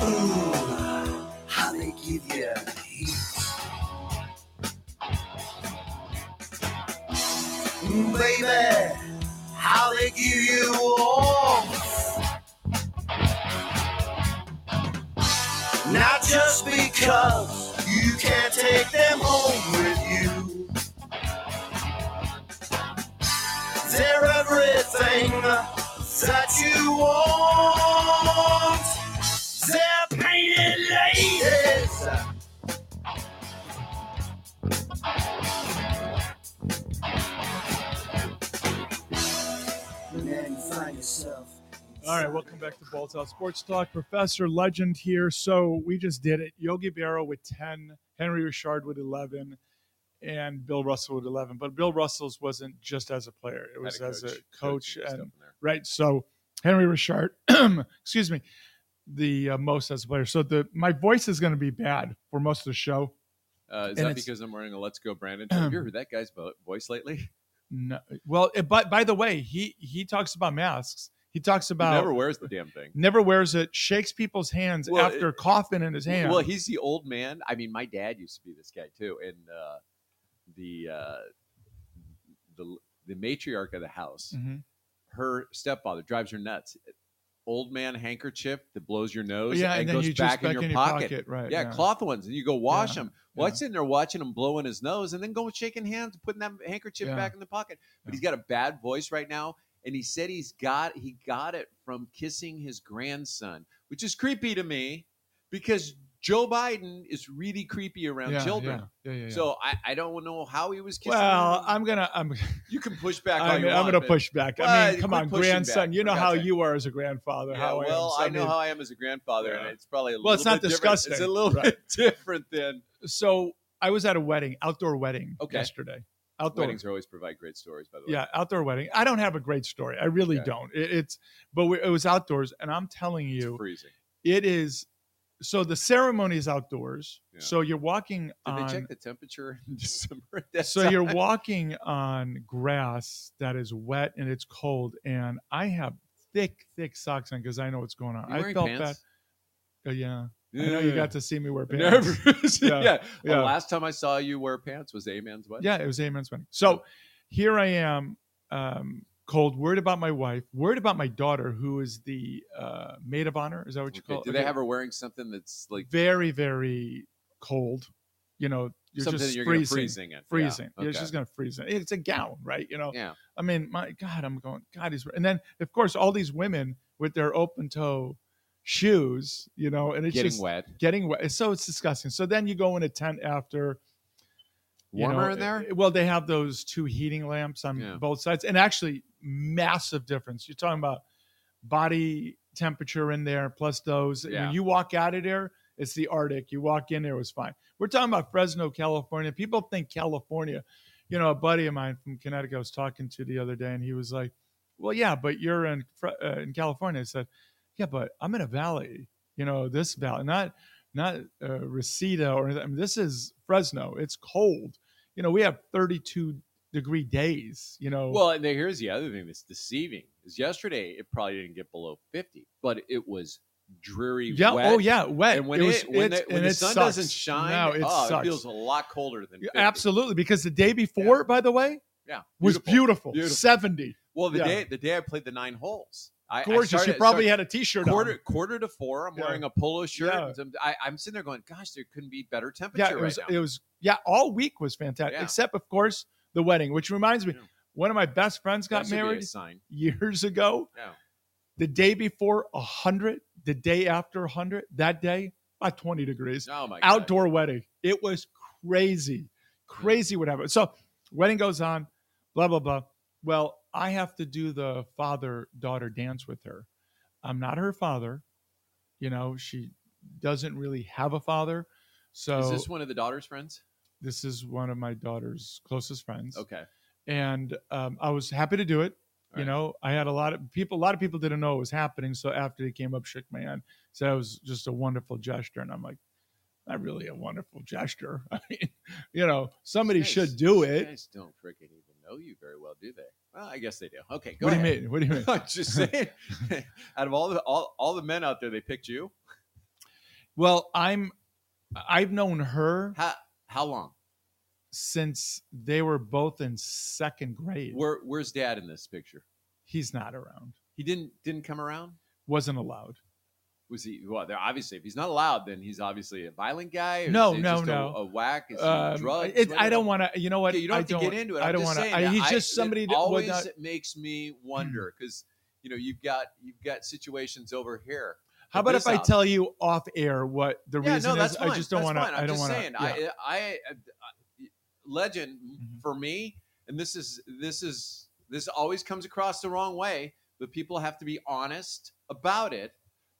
S2: Ooh, how they give you heat. Mm, Baby, how they give you warmth. Not just because you can't take them home with you. They're everything that you want. They're painted ladies. And then you find yourself.
S5: All right, welcome back to Balls Out Sports Talk. Professor Legend here. So we just did it. Yogi Berra with 10, Henry Richard with 11, and Bill Russell with 11. But Bill Russell's wasn't just as a player, it
S6: Had
S5: was as a
S6: coach
S5: coach.
S6: and stuff
S5: And
S6: in there.
S5: right, so Henry Richard, excuse me, the uh, most as a player. So the my voice is going to be bad for most of the show.
S6: Uh, is
S5: and
S6: that
S5: it's-
S6: because I'm wearing a Let's Go Brandon? Have you heard that guy's vo- voice lately? He
S5: No, well, it, but by the way, he he talks about masks. He talks about
S6: never
S5: never,
S6: wears the damn thing.
S5: wears it. Shakes people's hands
S6: Well,
S5: after coughing in his hand.
S6: Well, he's the old man. I mean, my dad used to be this guy too, and uh, the uh, the the matriarch of the house,
S5: Mhm.
S6: her stepfather drives her nuts. Old man handkerchief that blows your nose
S5: yeah, and, then
S6: goes
S5: you just
S6: back, in your pocket.
S5: right?
S6: Yeah, cloth ones, and you go wash
S5: Uh, Yeah,
S6: them. Well,
S5: yeah.
S6: I sit there watching him blowing his nose, and then going shaking hands, putting that handkerchief
S5: Yeah.
S6: back in the pocket. But
S5: Yeah.
S6: he's got a bad voice right now, and he said he's got he got it from kissing his grandson, which is creepy to me because Joe Biden is really creepy around
S5: yeah,
S6: children.
S5: Yeah, yeah, yeah.
S6: So I, I don't know how he was kissing.
S5: well,
S6: him.
S5: I'm gonna I'm
S6: you can push back. all
S5: I
S6: you
S5: mean, I'm
S6: want,
S5: gonna
S6: but-
S5: push back. I
S6: Well,
S5: mean, come
S6: quit
S5: on,
S6: pushing
S5: grandson.
S6: back,
S5: You
S6: for
S5: know
S6: God's
S5: how
S6: sake.
S5: you are as a grandfather.
S6: Yeah,
S5: how I am.
S6: well,
S5: So,
S6: I,
S5: I
S6: know
S5: mean,
S6: how I am as a grandfather, and
S5: Yeah.
S6: it's probably a
S5: Well, it's
S6: little
S5: not
S6: bit different. It's a
S5: disgusting,
S6: little
S5: right.
S6: bit different than
S5: so I was at a wedding, outdoor wedding,
S6: Okay.
S5: yesterday. Outdoor
S6: weddings. Are always provide great stories, by the way.
S5: yeah outdoor wedding i don't have a great story i really
S6: Okay.
S5: don't it, it's but we, it was outdoors and i'm telling
S6: It's
S5: you
S6: freezing.
S5: it is so the ceremony is outdoors
S6: Yeah.
S5: so you're walking
S6: Did
S5: on
S6: they check the temperature in December? That
S5: so you're walking on grass that is wet and it's cold and i have thick thick socks on because i know what's going on i felt that uh, yeah i know you got to see me wear pants
S6: Nervous.
S5: Yeah,
S6: yeah.
S5: yeah.
S6: The last time I saw you wear pants was a man's wedding.
S5: Yeah, it was a man's wedding. So here I am, um, cold, worried about my wife, worried about my daughter, who is the uh, maid of honor. Is that what you
S6: Okay,
S5: call it?
S6: Do they have her wearing something that's like
S5: very, very cold? You know, you're
S6: something
S5: just
S6: that you're gonna
S5: freezing.
S6: freezing it?
S5: Freezing.
S6: Yeah.
S5: You're just gonna freeze it. It's a gown, right? You know.
S6: Yeah.
S5: I mean, my God, I'm going. God, he's. And then, of course, all these women with their open toe shoes, you know, and it's
S6: getting
S5: just
S6: wet.
S5: getting wet. So it's disgusting. So then you go in a tent after. you
S6: Warmer
S5: know,
S6: in there?
S5: Well, they have those two heating lamps on
S6: Yeah.
S5: both sides, and actually, massive difference. You're talking about body temperature in there plus those. When
S6: Yeah.
S5: you walk out of there, it's the Arctic. You walk in there, it was fine. We're talking about Fresno, California. People think California. You know, a buddy of mine from Connecticut I was talking to the other day, and he was like, "Well, yeah, but you're in Fre- uh, in California." I said, "Yeah, but I'm in a valley. You know, this valley, not not uh, Reseda or anything. I mean, this is Fresno. It's cold. You know, we have 32 degree days. You know,
S6: Well, and here's the other thing that's deceiving is yesterday it probably didn't get below 50, but it was dreary
S5: yeah,
S6: wet.
S5: oh yeah, wet.
S6: And when,
S5: It was-
S6: it, when,
S5: it's-
S6: the, when
S5: and
S6: the
S5: it
S6: sun
S5: sucks.
S6: doesn't shine,
S5: no, it
S6: oh,
S5: sucks.
S6: feels a lot colder than 50.
S5: Absolutely, because the day before, by the way,
S6: Yeah.
S5: was beautiful.
S6: Beautiful.
S5: 70.
S6: Well, the
S5: Yeah.
S6: day the day I played the nine holes, I, I
S5: Gorgeous.
S6: started-
S5: you
S6: I
S5: probably had
S6: started
S5: a t shirt
S6: quarter
S5: on.
S6: quarter to four. I'm
S5: Yeah.
S6: wearing a polo shirt.
S5: Yeah.
S6: and some- I, am sitting there going, "Gosh, there couldn't be better temperature
S5: Yeah, it was,
S6: right now."
S5: it was, yeah, all week was fantastic,
S6: Yeah.
S5: except, of course, the wedding, which reminds me,
S6: Yeah.
S5: one of my best friends
S6: That
S5: got
S6: should be a
S5: married
S6: sign.
S5: years ago.
S6: Yeah.
S5: The day before, 100. The day after, 100. That day, about 20 degrees.
S6: Oh my God.
S5: outdoor wedding. It was crazy,
S6: Hmm.
S5: crazy what happened. So wedding goes on, blah blah blah. Well, I have to do the father daughter dance with her. I'm not her father. You know, she doesn't really have a father. So
S6: Is
S5: this,
S6: this one of the daughter's friends?
S5: is one of my daughter's closest friends,
S6: Okay.
S5: and um, I was happy to do it.
S6: All
S5: you
S6: right.
S5: know, I had a lot of people. A lot of people didn't know it was happening. So after they came up, shook my hand, said it was just a wonderful gesture, and I'm like, not really a wonderful gesture. I mean, you know, somebody
S6: These
S5: should
S6: guys-
S5: do
S6: these
S5: it.
S6: Guys don't freaking even know you very well, do they? Well, I guess they do. Okay, go
S5: What
S6: ahead.
S5: do you mean? What do you mean?
S6: I'm just saying. out of all the all, all the men out there, they picked you.
S5: Well, I'm. I've known her
S6: How how long?
S5: since they were both in second grade.
S6: Where where's dad in this picture?
S5: He's not around.
S6: He didn't didn't come around.
S5: Wasn't allowed.
S6: Was he? Well, they're obviously, if he's not allowed, then he's obviously a violent guy. or
S5: No,
S6: is he
S5: no,
S6: just
S5: no.
S6: A, a whack. Is he
S5: Um,
S6: drugs?
S5: it- I
S6: Whatever.
S5: don't want to. You know what?
S6: Okay, you don't
S5: I
S6: have
S5: don't,
S6: to get into it.
S5: I
S6: I'm
S5: don't
S6: just
S5: want to.
S6: saying
S5: I-
S6: that
S5: He's
S6: I-
S5: just
S6: it
S5: somebody that would
S6: always
S5: not.
S6: makes me wonder because you know you've got you've got situations over here.
S5: How
S6: for
S5: about
S6: this
S5: if I
S6: op-
S5: tell you off air what the
S6: Yeah,
S5: reason
S6: no, that's
S5: is?
S6: fine.
S5: I just don't
S6: That's
S5: want to.
S6: fine. I'm
S5: I don't
S6: just
S5: want
S6: saying,
S5: to.
S6: I, I, I- legend
S5: Mhm.
S6: for me, and this is this is this always comes across the wrong way, but people have to be honest about it.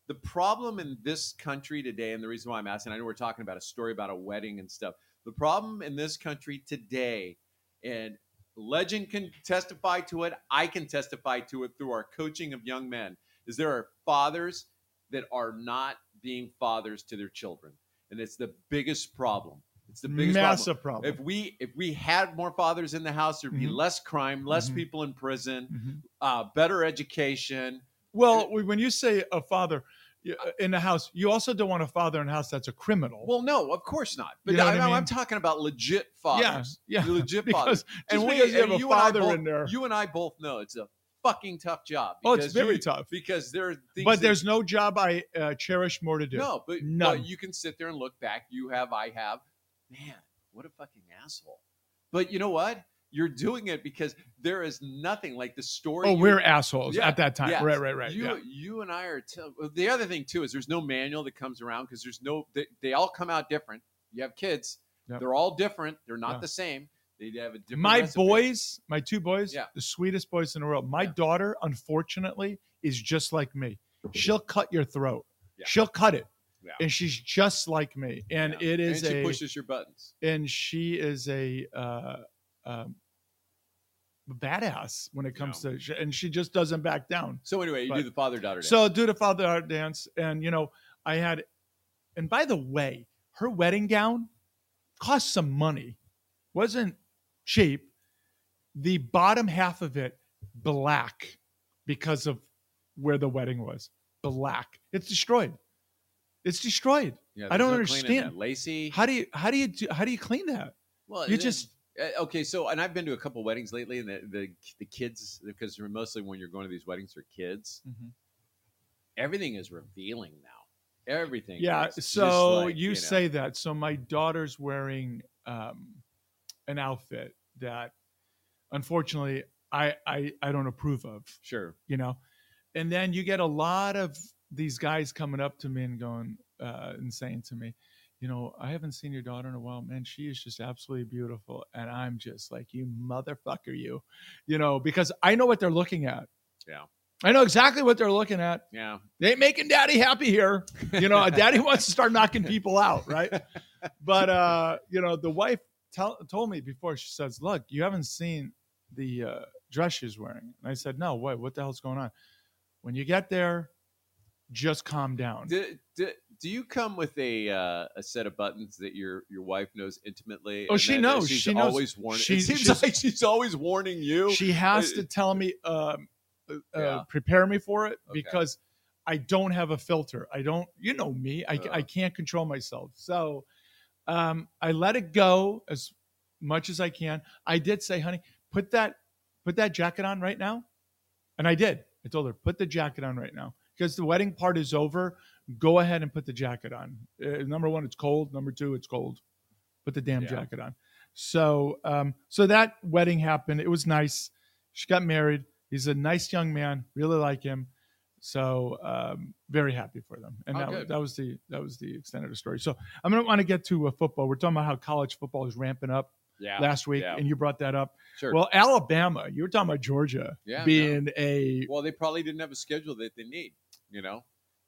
S6: The problem in this country today, and the reason why I'm asking, I know we're talking about a story about a wedding and stuff. The problem in this country today, and legend can testify to it. I can testify to it through our coaching of young men. Is there are fathers that are not being fathers to their children, and it's the biggest problem. It's the biggest problem
S5: Massive problem.
S6: if we if we had more fathers in the house there'd be
S5: Mhm.
S6: less crime less
S5: Mhm.
S6: people in prison
S5: Mhm.
S6: uh, better education
S5: Well, we- when you say a father you- in the house, you also don't want a father in the house that's a criminal.
S6: well no of course not but
S5: You know
S6: I,
S5: what I
S6: am
S5: mean?
S6: talking about legit
S5: yeah,
S6: fathers
S5: yeah.
S6: legit fathers
S5: Because, and
S6: Just
S5: when
S6: because-
S5: you have
S6: and
S5: a
S6: you and I
S5: father
S6: both-
S5: in there,
S6: you and i both know it's a fucking tough job
S5: oh, it's
S6: because
S5: very
S6: you-
S5: tough.
S6: because there are things
S5: But
S6: that-
S5: there's no job I uh, cherish more to do.
S6: no but,
S5: None.
S6: but you can sit there and look back you have i have man what a fucking asshole but you know what you're doing it because there is nothing like the story
S5: oh,
S6: you-
S5: we're assholes
S6: Yeah,
S5: at that time.
S6: yes.
S5: Right, right, right.
S6: You,
S5: yeah.
S6: you and I are. T- the other thing too is there's no manual that comes around because there's no. They, they all come out different. You have kids.
S5: Yep.
S6: They're all different. They're not
S5: Yeah.
S6: the same. They have a different.
S5: my
S6: recipe.
S5: boys, my two boys,
S6: Yeah.
S5: the sweetest boys in the world. My
S6: Yeah.
S5: daughter, unfortunately, is just like me. She'll cut your throat.
S6: Yeah.
S5: She'll cut it.
S6: Yeah.
S5: And she's just like me. And
S6: Yeah.
S5: it is
S6: And she
S5: a
S6: pushes your buttons.
S5: and she is a uh, um, badass when it comes to to and she just doesn't back down.
S6: So anyway, you
S5: But-
S6: do the father daughter.
S5: So do the father daughter dance, and you know, I had, and by the way, her wedding gown cost some money, wasn't cheap. The bottom half of it black because of where the wedding was. Black, it's destroyed. It's destroyed. I don't understand.
S6: Lacey.
S5: How do you how do you do, how do you clean that?
S6: well,
S5: you
S6: and then-
S5: just-
S6: uh, okay. So and I've been to a couple weddings lately, and the the, the kids because they're mostly when you're going to these weddings for kids, everything is revealing now. Everything.
S5: Yeah.
S6: is just
S5: So
S6: like,
S5: you,
S6: know.
S5: say that. So my daughter's wearing um, an outfit that, unfortunately, I, I I don't approve of.
S6: sure.
S5: You know, and then you get a lot of these guys coming up to me and going uh, and saying to me, you know, I haven't seen your daughter in a while, man. She is just absolutely beautiful, and I'm just like, you motherfucker, you, you know, because I know what they're looking at.
S6: Yeah.
S5: I know exactly what they're looking at.
S6: Yeah.
S5: They ain't making daddy happy here. You know, daddy wants to start knocking people out, right? But uh, you know, the wife tell, told me before she says, "Look, you haven't seen the uh, dress she's wearing." And I said, "No, what? What the hell's going on? When you get there, just calm down."
S6: Do, do, do you come with a uh, a set of buttons that your your wife knows intimately?
S5: Oh,
S6: and
S5: she
S6: that
S5: knows.
S6: She's
S5: She knows.
S6: always warning.
S5: She-
S6: it seems
S5: she's-
S6: like she's always warning you.
S5: She has to tell me, um, uh,
S6: uh, Yeah.
S5: uh, prepare me for it
S6: Okay.
S5: because I don't have a filter. I don't, you know me, I,
S6: Uh.
S5: I can't control myself. So um, I let it go as much as I can. I did say, honey, put that, put that jacket on right now. And I did. I told her, put the jacket on right now because the wedding part is over. Go ahead and put the jacket on. Uh, number one, it's cold. Number two, it's cold. Put the damn
S6: Yeah.
S5: jacket on. So, um, so that wedding happened. It was nice. She got married. He's a nice young man. Really like him. So, um, very happy for them. And
S6: Oh,
S5: that,
S6: good.
S5: that was the that was the extent of the story. So, I'm gonna want to get to uh, football. We're talking about how college football is ramping up
S6: yeah.
S5: last week,
S6: yeah.
S5: and you brought that up.
S6: sure.
S5: Well, Alabama. You were talking about Georgia
S6: Yeah, no.
S5: being a
S6: Well, they probably didn't have a schedule that they need, you know,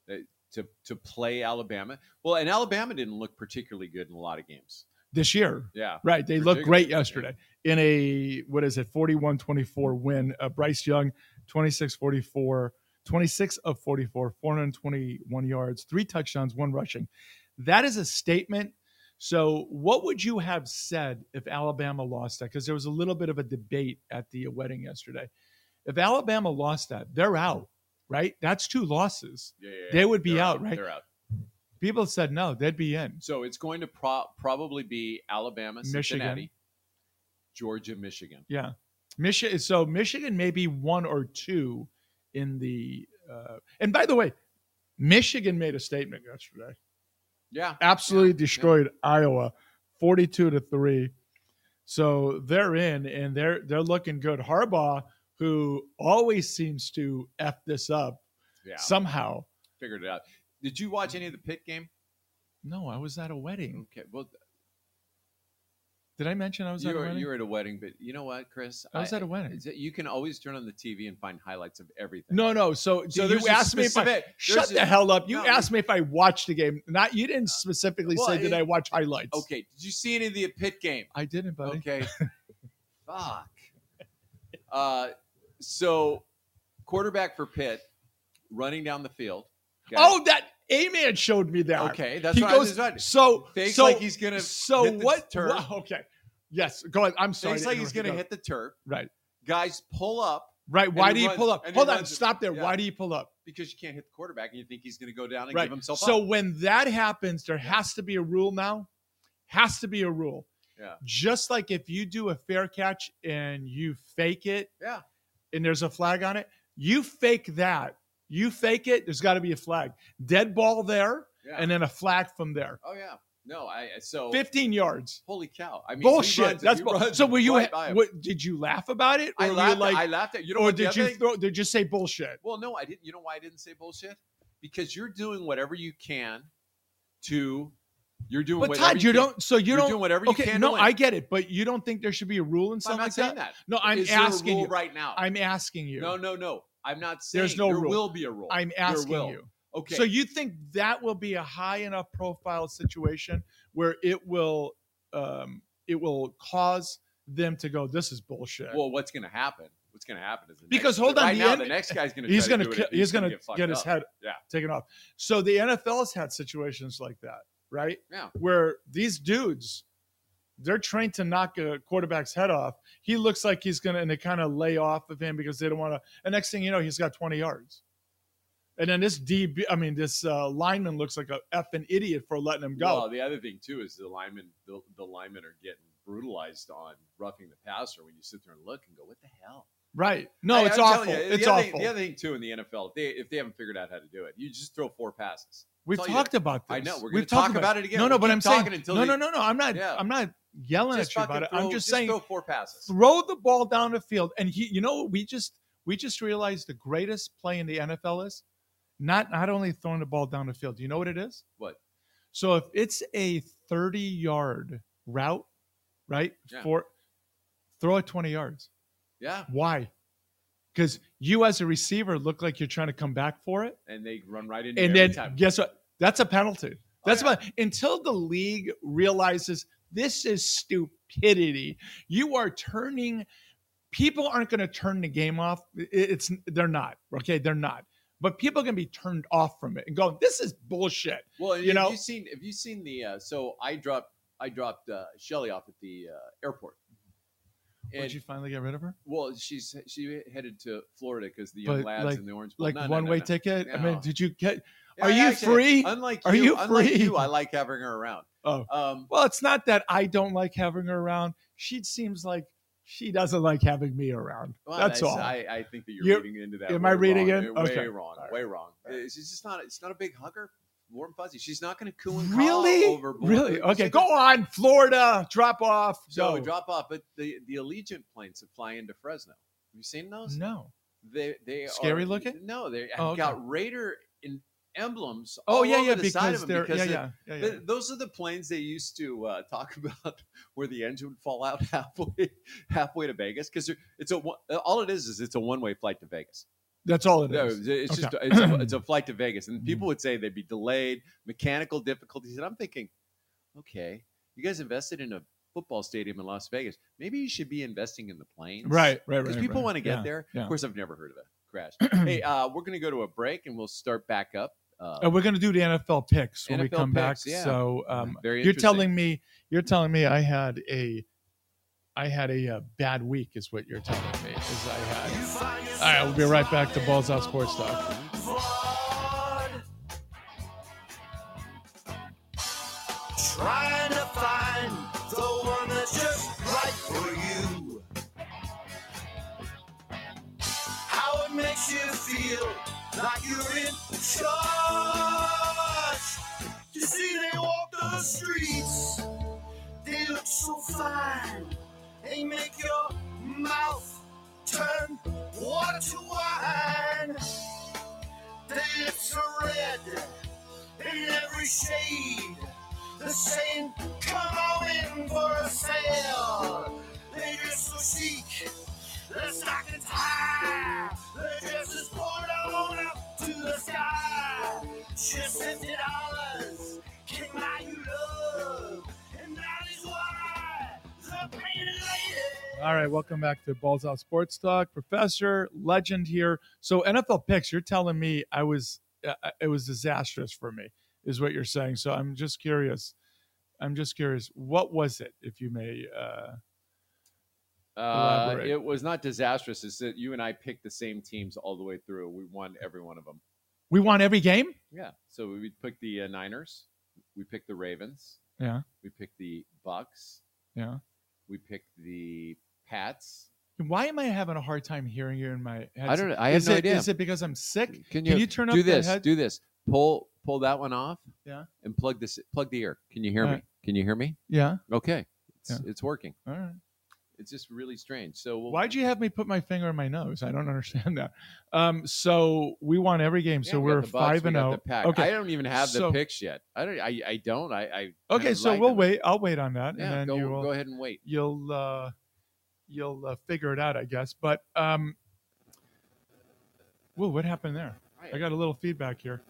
S6: they, to to play Alabama. Well, and Alabama didn't look particularly good in a lot of games.
S5: this year.
S6: Yeah,
S5: Right. They looked great
S6: Ridiculous.
S5: yesterday in a, what is it, 41 24 win. Uh, Bryce Young, 26 44, 26 of 44, 421 yards, three touchdowns, one rushing. That is a statement. So, what would you have said if Alabama lost that? Because there was a little bit of a debate at the wedding yesterday. If Alabama lost that, they're out, right? That's two losses.
S6: yeah, yeah,
S5: They
S6: yeah.
S5: would be
S6: They're
S5: out, right?
S6: They're out.
S5: People said no, they'd be in.
S6: So it's going to pro- probably be Alabama,
S5: Michigan.
S6: Cincinnati, Georgia, Michigan.
S5: Yeah, Michigan. So Michigan may be one or two in the. Uh, and by the way, Michigan made a statement yesterday.
S6: Yeah,
S5: Absolutely
S6: Yeah, yeah.
S5: destroyed Iowa, forty-two to three. So they're in, and they're they're looking good. Harbaugh, who always seems to f this up
S6: yeah.
S5: somehow.
S6: figured it out. Did you watch any of the pit game?
S5: No, I was at a wedding.
S6: Okay, well,
S5: Did I mention I was
S6: you
S5: at a
S6: were,
S5: wedding?
S6: you were at a wedding, but you know what, Chris?
S5: I was
S6: I-
S5: at a wedding.
S6: is that you can always turn on the TV and find highlights of everything.
S5: No, no. So,
S6: So
S5: so
S6: there's
S5: you
S6: a
S5: asked me if I
S6: specific-
S5: shut
S6: there's
S5: the
S6: a-
S5: hell up. You
S6: no,
S5: asked me if I watched the game. Not you didn't specifically
S6: well,
S5: say did
S6: it-
S5: I watch highlights.
S6: Okay, did you see any of the pit game?
S5: I didn't, buddy.
S6: Okay. Fuck. Uh, so, quarterback for Pitt running down the field. Okay.
S5: Oh, that A man showed me that.
S6: okay. That's
S5: he
S6: what
S5: goes.
S6: I was
S5: so
S6: Fakes
S5: so
S6: like he's gonna.
S5: so
S6: hit the
S5: what?
S6: turf.
S5: wow, okay. Yes. Go ahead. I'm sorry.
S6: Fakes
S5: to
S6: like he's
S5: interrupt you.
S6: gonna
S5: Go.
S6: hit the turf.
S5: Right.
S6: Guys pull up
S5: Right.
S6: And
S5: Why
S6: he
S5: do you
S6: runs-
S5: pull up?
S6: and he
S5: Hold on.
S6: runs it.
S5: Stop there.
S6: Yeah.
S5: Why do you pull up?
S6: because you can't hit the quarterback, and you think he's gonna go down and
S5: Right.
S6: give himself
S5: So
S6: up.
S5: when that happens, there has to be a rule now. Has to be a rule.
S6: Yeah.
S5: Just like if you do a fair catch and you fake it.
S6: Yeah.
S5: And there's a flag on it. You fake that. You fake it. There's got to be a flag. Dead ball there,
S6: Yeah.
S5: and then a flag from there.
S6: oh yeah. No, I so
S5: 15 yards.
S6: holy cow. I mean, he
S5: Bullshit.
S6: runs-
S5: That's
S6: he
S5: bull-
S6: runs
S5: so. Were you?
S6: right by him.
S5: what, did you laugh about it?
S6: I
S5: were you
S6: laughed.
S5: like-
S6: I laughed at you. Know
S5: or
S6: what the
S5: did
S6: other
S5: you
S6: thing-
S5: throw? Did you say bullshit?
S6: Well, no, I didn't. You know why I didn't say bullshit? Because you're doing whatever you can to. You're doing.
S5: But
S6: whatever
S5: Todd, you
S6: can-
S5: don't. So you
S6: You're
S5: don't.
S6: doing whatever you
S5: Okay,
S6: can.
S5: no,
S6: to win.
S5: I get it, but you don't think there should be a rule in
S6: I'm
S5: something
S6: not
S5: like
S6: saying
S5: that?
S6: that.
S5: No, I'm
S6: Is there a
S5: asking
S6: rule
S5: you.
S6: right now.
S5: I'm asking you.
S6: no, no, no. I'm not saying
S5: There's no
S6: there
S5: rule.
S6: will be a rule.
S5: I'm
S6: There
S5: asking
S6: will.
S5: you.
S6: Okay.
S5: So you think that will be a high enough profile situation where it will um, it will cause them to go, this is bullshit.
S6: well, what's going to happen? What's going to happen is the
S5: Because
S6: next,
S5: hold on,
S6: right
S5: the
S6: now
S5: N-
S6: the next guy's going to
S5: he's
S6: going
S5: gonna ki-
S6: to do it, and
S5: he's
S6: gonna
S5: gonna
S6: get fucked
S5: get his
S6: up.
S5: head
S6: Yeah.
S5: taken off. So the NFL's had situations like that, right?
S6: Yeah.
S5: Where these dudes, they're trained to knock a quarterback's head off. He looks like he's gonna, and they kind of lay off of him because they don't want to. And next thing you know, he's got 20 yards. And then this DB, I mean, this uh, lineman looks like a effing idiot for letting him go.
S6: Well, the other thing too is the linemen. The, the linemen are getting brutalized on roughing the passer when you sit there and look and go, "What the hell?"
S5: right? No,
S6: I-
S5: it's
S6: I'm telling
S5: awful.
S6: you, the
S5: it's
S6: other
S5: awful.
S6: thing- the other thing too in the NFL, if they, if they haven't figured out how to do it, you just throw four passes.
S5: We've
S6: Tell you-
S5: talked about this.
S6: I know, we're gonna
S5: We've
S6: talk
S5: talked
S6: about it again.
S5: No, no,
S6: We'll
S5: but
S6: keep
S5: I'm saying
S6: talking until
S5: no,
S6: they-
S5: no, no, no. I'm not.
S6: Yeah.
S5: I'm not yelling
S6: Just
S5: at you about
S6: fucking
S5: it.
S6: throw-
S5: I'm just saying
S6: throw four passes.
S5: throw the ball down the field. And he, you know, what we just we just realized the greatest play in the NFL is Not not only throwing the ball down the field. Do you know what it is?
S6: What?
S5: So if it's a 30 yard route, right?
S6: Yeah.
S5: For throw it 20 yards.
S6: Yeah,
S5: Why? Because you as a receiver look like you're trying to come back for it.
S6: and they run right into
S5: And then
S6: every time.
S5: guess what? That's a penalty. That's
S6: Oh, yeah.
S5: about until the league realizes this is stupidity. You are turning people aren't going to turn the game off. I- It's they're not. Okay, they're not. But people can be turned off from it and go, "This is bullshit."
S6: Well,
S5: You
S6: you
S5: know-
S6: know, you seen have you seen the? Uh, so I dropped I dropped uh, Shelly off at the uh, airport.
S5: Would
S6: And
S5: you finally get rid of her?
S6: well, she's she headed to Florida because the young
S5: But,
S6: lads
S5: like-
S6: in the orange. Bowl-
S5: Like
S6: No, no, no,
S5: one way
S6: no.
S5: ticket? I mean,
S6: No.
S5: did you get?
S6: Yeah,
S5: Are
S6: yeah,
S5: you
S6: actually,
S5: free?
S6: Unlike
S5: Are you
S6: unlike
S5: free?
S6: you, I like having her around.
S5: Oh.
S6: Um,
S5: Well, it's not that I don't like having her around. She seems like she doesn't like having me around.
S6: well,
S5: That's all.
S6: I, I think that you're,
S5: You're-
S6: reading into that.
S5: am I
S6: way
S5: reading
S6: wrong,
S5: it?
S6: uh, Way
S5: Okay.
S6: wrong.
S5: All right.
S6: Way wrong. It's just not. It's not a big hugger. Warm fuzzy. She's not going to coo and caw
S5: really?
S6: overboard.
S5: Really? Okay,
S6: She's
S5: go
S6: not-
S5: on. Florida, drop off.
S6: So
S5: go.
S6: drop off. But the the Allegiant planes that fly into Fresno. Have you seen those?
S5: No.
S6: They they
S5: Scary
S6: are,
S5: looking?
S6: No, they have
S5: Oh, okay.
S6: got Raider in, emblems.
S5: Oh
S6: all
S5: yeah,
S6: over
S5: yeah.
S6: the side
S5: Because
S6: of them
S5: they're
S6: because
S5: yeah,
S6: they-
S5: yeah, yeah, yeah.
S6: Th- those are the planes they used to uh, talk about where the engine would fall out halfway halfway to Vegas because it's a one- all it is is it's a one way flight to Vegas.
S5: That's all it
S6: No,
S5: is.
S6: it's it's
S5: Okay. Mm-hmm.
S6: just it's a, it's a flight to Vegas, and people would say they'd be delayed, mechanical difficulties, and I'm thinking, okay, you guys invested in a football stadium in Las Vegas, maybe you should be investing in the planes,
S5: Right, right, right.
S6: Because people
S5: right.
S6: want to get
S5: Yeah.
S6: there.
S5: yeah.
S6: Of course, I've never heard of a crash. hey, uh, we're gonna go to a break, and we'll start back up. Uh,
S5: And we're gonna do the NFL picks when we
S6: NFL
S5: come back.
S6: picks, yeah.
S5: So um,
S6: very.
S5: you're
S6: interesting.
S5: telling me you're telling me I had a I had a uh, bad week is what you're telling me is I had. All right, we'll be right back to Balls Out Sports Talk.
S2: Trying to find the one that's just right for you. How it makes you feel like you're in charge. You see, they walk the streets, they look so fine. They make your mouth turn water to wine. They lips are red in every shade. The same come on in for a sail. They dress so chic, their stockings high. Their dresses poured on up to the sky. Just fifty dollars can buy you love, and that is why the painted lady.
S5: All right, welcome back to Balls Out Sports Talk. Professor, legend here. So NFL picks, you're telling me I was uh, it was disastrous for me, is what you're saying. So I'm just curious. I'm just curious. What was it, if you may? Uh,
S6: Uh,
S5: Elaborate.
S6: it was not disastrous. It's that you and I picked the same teams all the way through. We won every one of them.
S5: we won every game.
S6: Yeah. So we picked the uh, Niners. We picked the Ravens.
S5: Yeah.
S6: We picked the Bucks.
S5: Yeah.
S6: We picked the Pats.
S5: Why am I having a hard time hearing you in my head?
S6: I don't know. I have
S5: is
S6: no
S5: it,
S6: idea.
S5: Is it because I'm sick? Can
S6: Can you
S5: you turn up
S6: do
S5: the
S6: this?
S5: head?
S6: Do this. Pull pull that one off.
S5: Yeah.
S6: And plug this. Plug the ear. Can you hear
S5: All
S6: me?
S5: right.
S6: Can you hear me?
S5: Yeah.
S6: Okay. It's, it's working.
S5: All right.
S6: It's just really strange. So we'll,
S5: Why'd you have me put my finger in my nose? I don't understand that. Um, so we won every game.
S6: Yeah,
S5: so
S6: we got
S5: we're
S6: the Bucks,
S5: five
S6: we
S5: and oh.
S6: got
S5: zero.
S6: the Pack.
S5: Okay.
S6: I don't even have the
S5: So-
S6: picks yet. I don't. I, I don't. I. I
S5: Okay,
S6: never
S5: so
S6: liked
S5: we'll
S6: them.
S5: wait. I'll wait on that,
S6: Yeah.
S5: and then
S6: go,
S5: you will,
S6: go ahead and wait.
S5: you'll uh, you'll uh, figure it out, I guess. But um, whoa, what happened there? I got a little feedback here.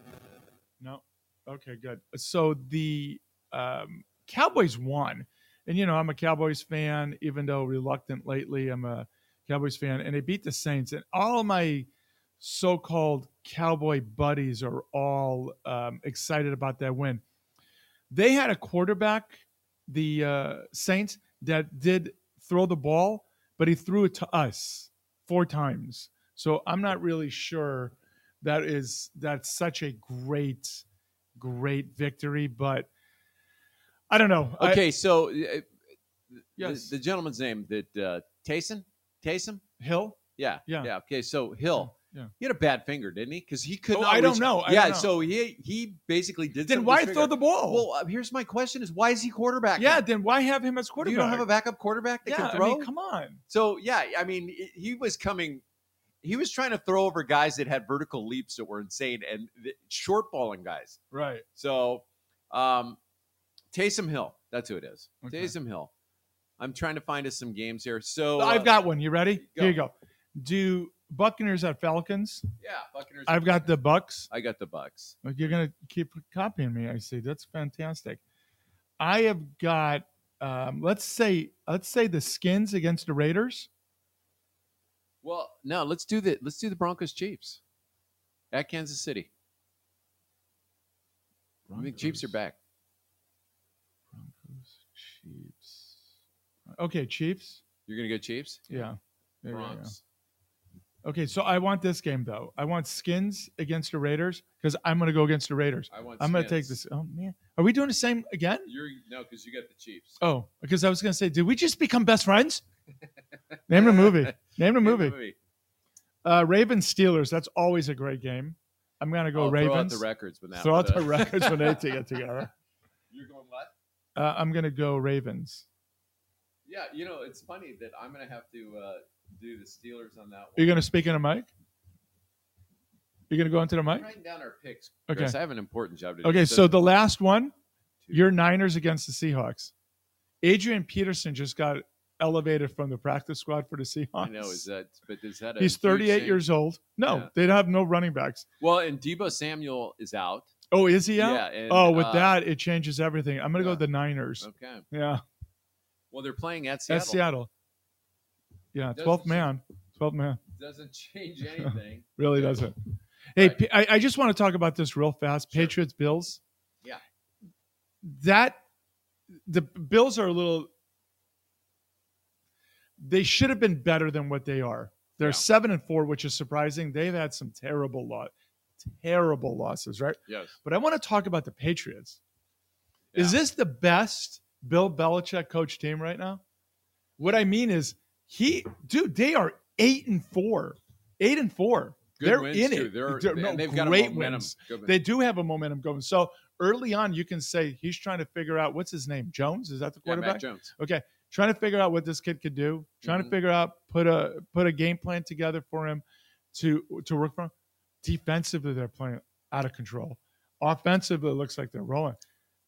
S5: No, okay, good. So the um, Cowboys won, and you know I'm a Cowboys fan, even though reluctant lately. I'm a Cowboys fan, and they beat the Saints, and all my so-called cowboy buddies are all um, excited about that win they had a quarterback, the uh, Saints, that did throw the ball, but he threw it to us four times. So I'm not really sure that is that's such a great, great victory. But I don't know. I-
S6: Okay, so uh,
S5: Yes.
S6: the, the gentleman's name that uh, Taysom, Taysom,
S5: Hill.
S6: yeah,
S5: Yeah.
S6: yeah. Okay, so Hill,
S5: Yeah.
S6: he had a bad finger, didn't he? Because he could
S5: Oh,
S6: not.
S5: I don't
S6: reach-
S5: know. I
S6: yeah,
S5: don't know.
S6: so he he basically did.
S5: Then
S6: something
S5: why
S6: with his
S5: throw
S6: finger.
S5: the ball?
S6: Well, uh, here's my question: Is why is he quarterback?
S5: yeah. Then why have him as quarterback?
S6: you don't have a backup quarterback that
S5: yeah,
S6: can throw.
S5: I mean, come on.
S6: so yeah, I mean, i- he was coming. he was trying to throw over guys that had vertical leaps that were insane and th- short balling guys.
S5: Right.
S6: So, um, Taysom Hill, that's who it is.
S5: Okay.
S6: Taysom Hill. I'm trying to find us some games here. So uh,
S5: I've got one. You ready?
S6: go.
S5: Here you go. Do Buccaneers at Falcons?
S6: yeah, Buccaneers.
S5: I've got the Bucks.
S6: I got the Bucks.
S5: Like you're gonna keep copying me. I see. That's fantastic. I have got. Um, let's say let's say the Skins against the Raiders.
S6: Well, no, let's do the let's do the Broncos Chiefs at Kansas City. I think Chiefs are back.
S5: Broncos, Chiefs. Okay, Chiefs.
S6: You're gonna go Chiefs.
S5: Yeah. There you go.
S6: Bronx.
S5: Okay, so I want this game though. I want Skins against the Raiders because I'm gonna go against the Raiders.
S6: I want.
S5: I'm gonna take
S6: Skins.
S5: this. Oh man, are we doing the same again?
S6: You're no, because you got the Chiefs.
S5: Oh, because I was gonna say, did we just become best friends? Name the movie. Name the
S6: Name the
S5: movie. Uh, Ravens Steelers. That's always a great game. I'm gonna go
S6: Oh, Throw out
S5: Ravens.
S6: the records when that.
S5: Throw out
S6: with
S5: the
S6: us.
S5: records when they get together.
S6: You're going what?
S5: Uh, I'm gonna go Ravens.
S6: Yeah, you know it's funny that I'm gonna have to uh, do the Steelers on that.
S5: Are you gonna speak in a mic? You're gonna go into the
S6: I'm
S5: mic.
S6: writing down our picks.
S5: Okay.
S6: Chris, I have an important job to do.
S5: Okay, so the last one.
S6: Two.
S5: Your Niners against the Seahawks. Adrian Peterson just got elevated from the practice squad for the Seahawks.
S6: I know is that, but is that a
S5: He's
S6: huge
S5: 38
S6: thing?
S5: years old. No,
S6: Yeah.
S5: they have no running backs.
S6: Well, and Debo Samuel is out.
S5: Oh, is he out?
S6: Yeah. and,
S5: oh, with
S6: uh,
S5: that, it changes everything. I'm going to
S6: yeah.
S5: go with the Niners.
S6: Okay.
S5: Yeah,
S6: Well, they're playing at Seattle.
S5: that's Seattle. Yeah,
S6: Doesn't
S5: 12th
S6: change-
S5: man. 12th man.
S6: Doesn't change anything.
S5: Really doesn't. Hey,
S6: Right.
S5: P- I, I just want to talk about this real fast.
S6: Sure.
S5: Patriots, Bills.
S6: Yeah.
S5: That, the Bills are a little, they should have been better than what they are. They're
S6: Yeah.
S5: seven and four, which is surprising. They've had some terrible lot, terrible losses, right?
S6: yes.
S5: But I want to talk about the Patriots. Is
S6: Yeah.
S5: this the best Bill Belichick coach team right now? What I mean is, he, dude, they are eight and four, eight and four.
S6: Good
S5: They're
S6: wins
S5: in
S6: too.
S5: it.
S6: They're,
S5: They're-
S6: they-
S5: no,
S6: they've got a
S5: great
S6: momentum.
S5: wins.
S6: Good win.
S5: They do have a momentum going. So early on, you can say he's trying to figure out what's his name, Jones. Is that the
S6: yeah,
S5: quarterback?
S6: Mac Jones.
S5: trying to figure out what this kid could do. Trying
S6: Mhm.
S5: to figure out put a put a game plan together for him to to work from. Defensively, they're playing out of control. Offensively, it looks like they're rolling.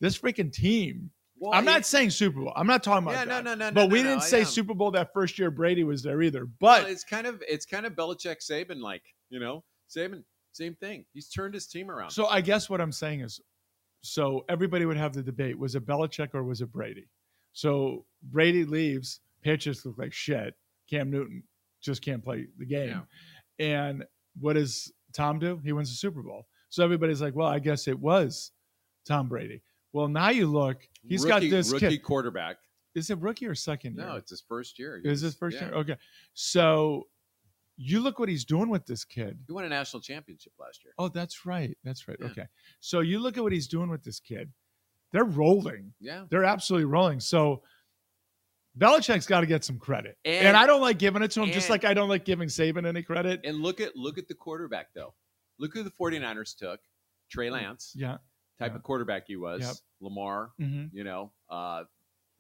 S5: This freaking team.
S6: Well,
S5: I'm
S6: yeah,
S5: not saying Super Bowl. I'm not talking about
S6: Yeah, no,
S5: that.
S6: no, no, no.
S5: But
S6: no,
S5: we
S6: no,
S5: didn't
S6: I
S5: say
S6: am.
S5: Super Bowl that first year Brady was there either.
S6: Well,
S5: But
S6: it's kind of it's kind of Belichick Saban like. You know, Saban, same thing. He's turned his team around.
S5: So I guess what I'm saying is, so everybody would have the debate: was it Belichick or was it Brady? So Brady leaves, Patriots look like shit. Cam Newton just can't play the game. And what does Tom do? He wins the Super Bowl. So everybody's like, well, I guess it was Tom Brady. Well, now you look, he's
S6: rookie,
S5: got this
S6: rookie
S5: kid.
S6: quarterback.
S5: Is it rookie or second year?
S6: No, it's his first year. He
S5: is
S6: was-
S5: this first
S6: yeah.
S5: year? Okay. So you look what he's doing with this kid.
S6: He won a national championship last year.
S5: Oh, that's right. That's right.
S6: Yeah.
S5: Okay. So you look at what he's doing with this kid. They're rolling.
S6: Yeah.
S5: They're absolutely rolling. So Belichick's got to get some credit. And, I don't like giving it to him, just
S6: and-
S5: like I don't like giving Saban any credit.
S6: And look at look at the quarterback though. Look who the 49ers took. Trey Lance,
S5: yeah.
S6: type
S5: Mm, yeah.
S6: of quarterback he was.
S5: Yep.
S6: Lamar,
S5: hmm
S6: you know, uh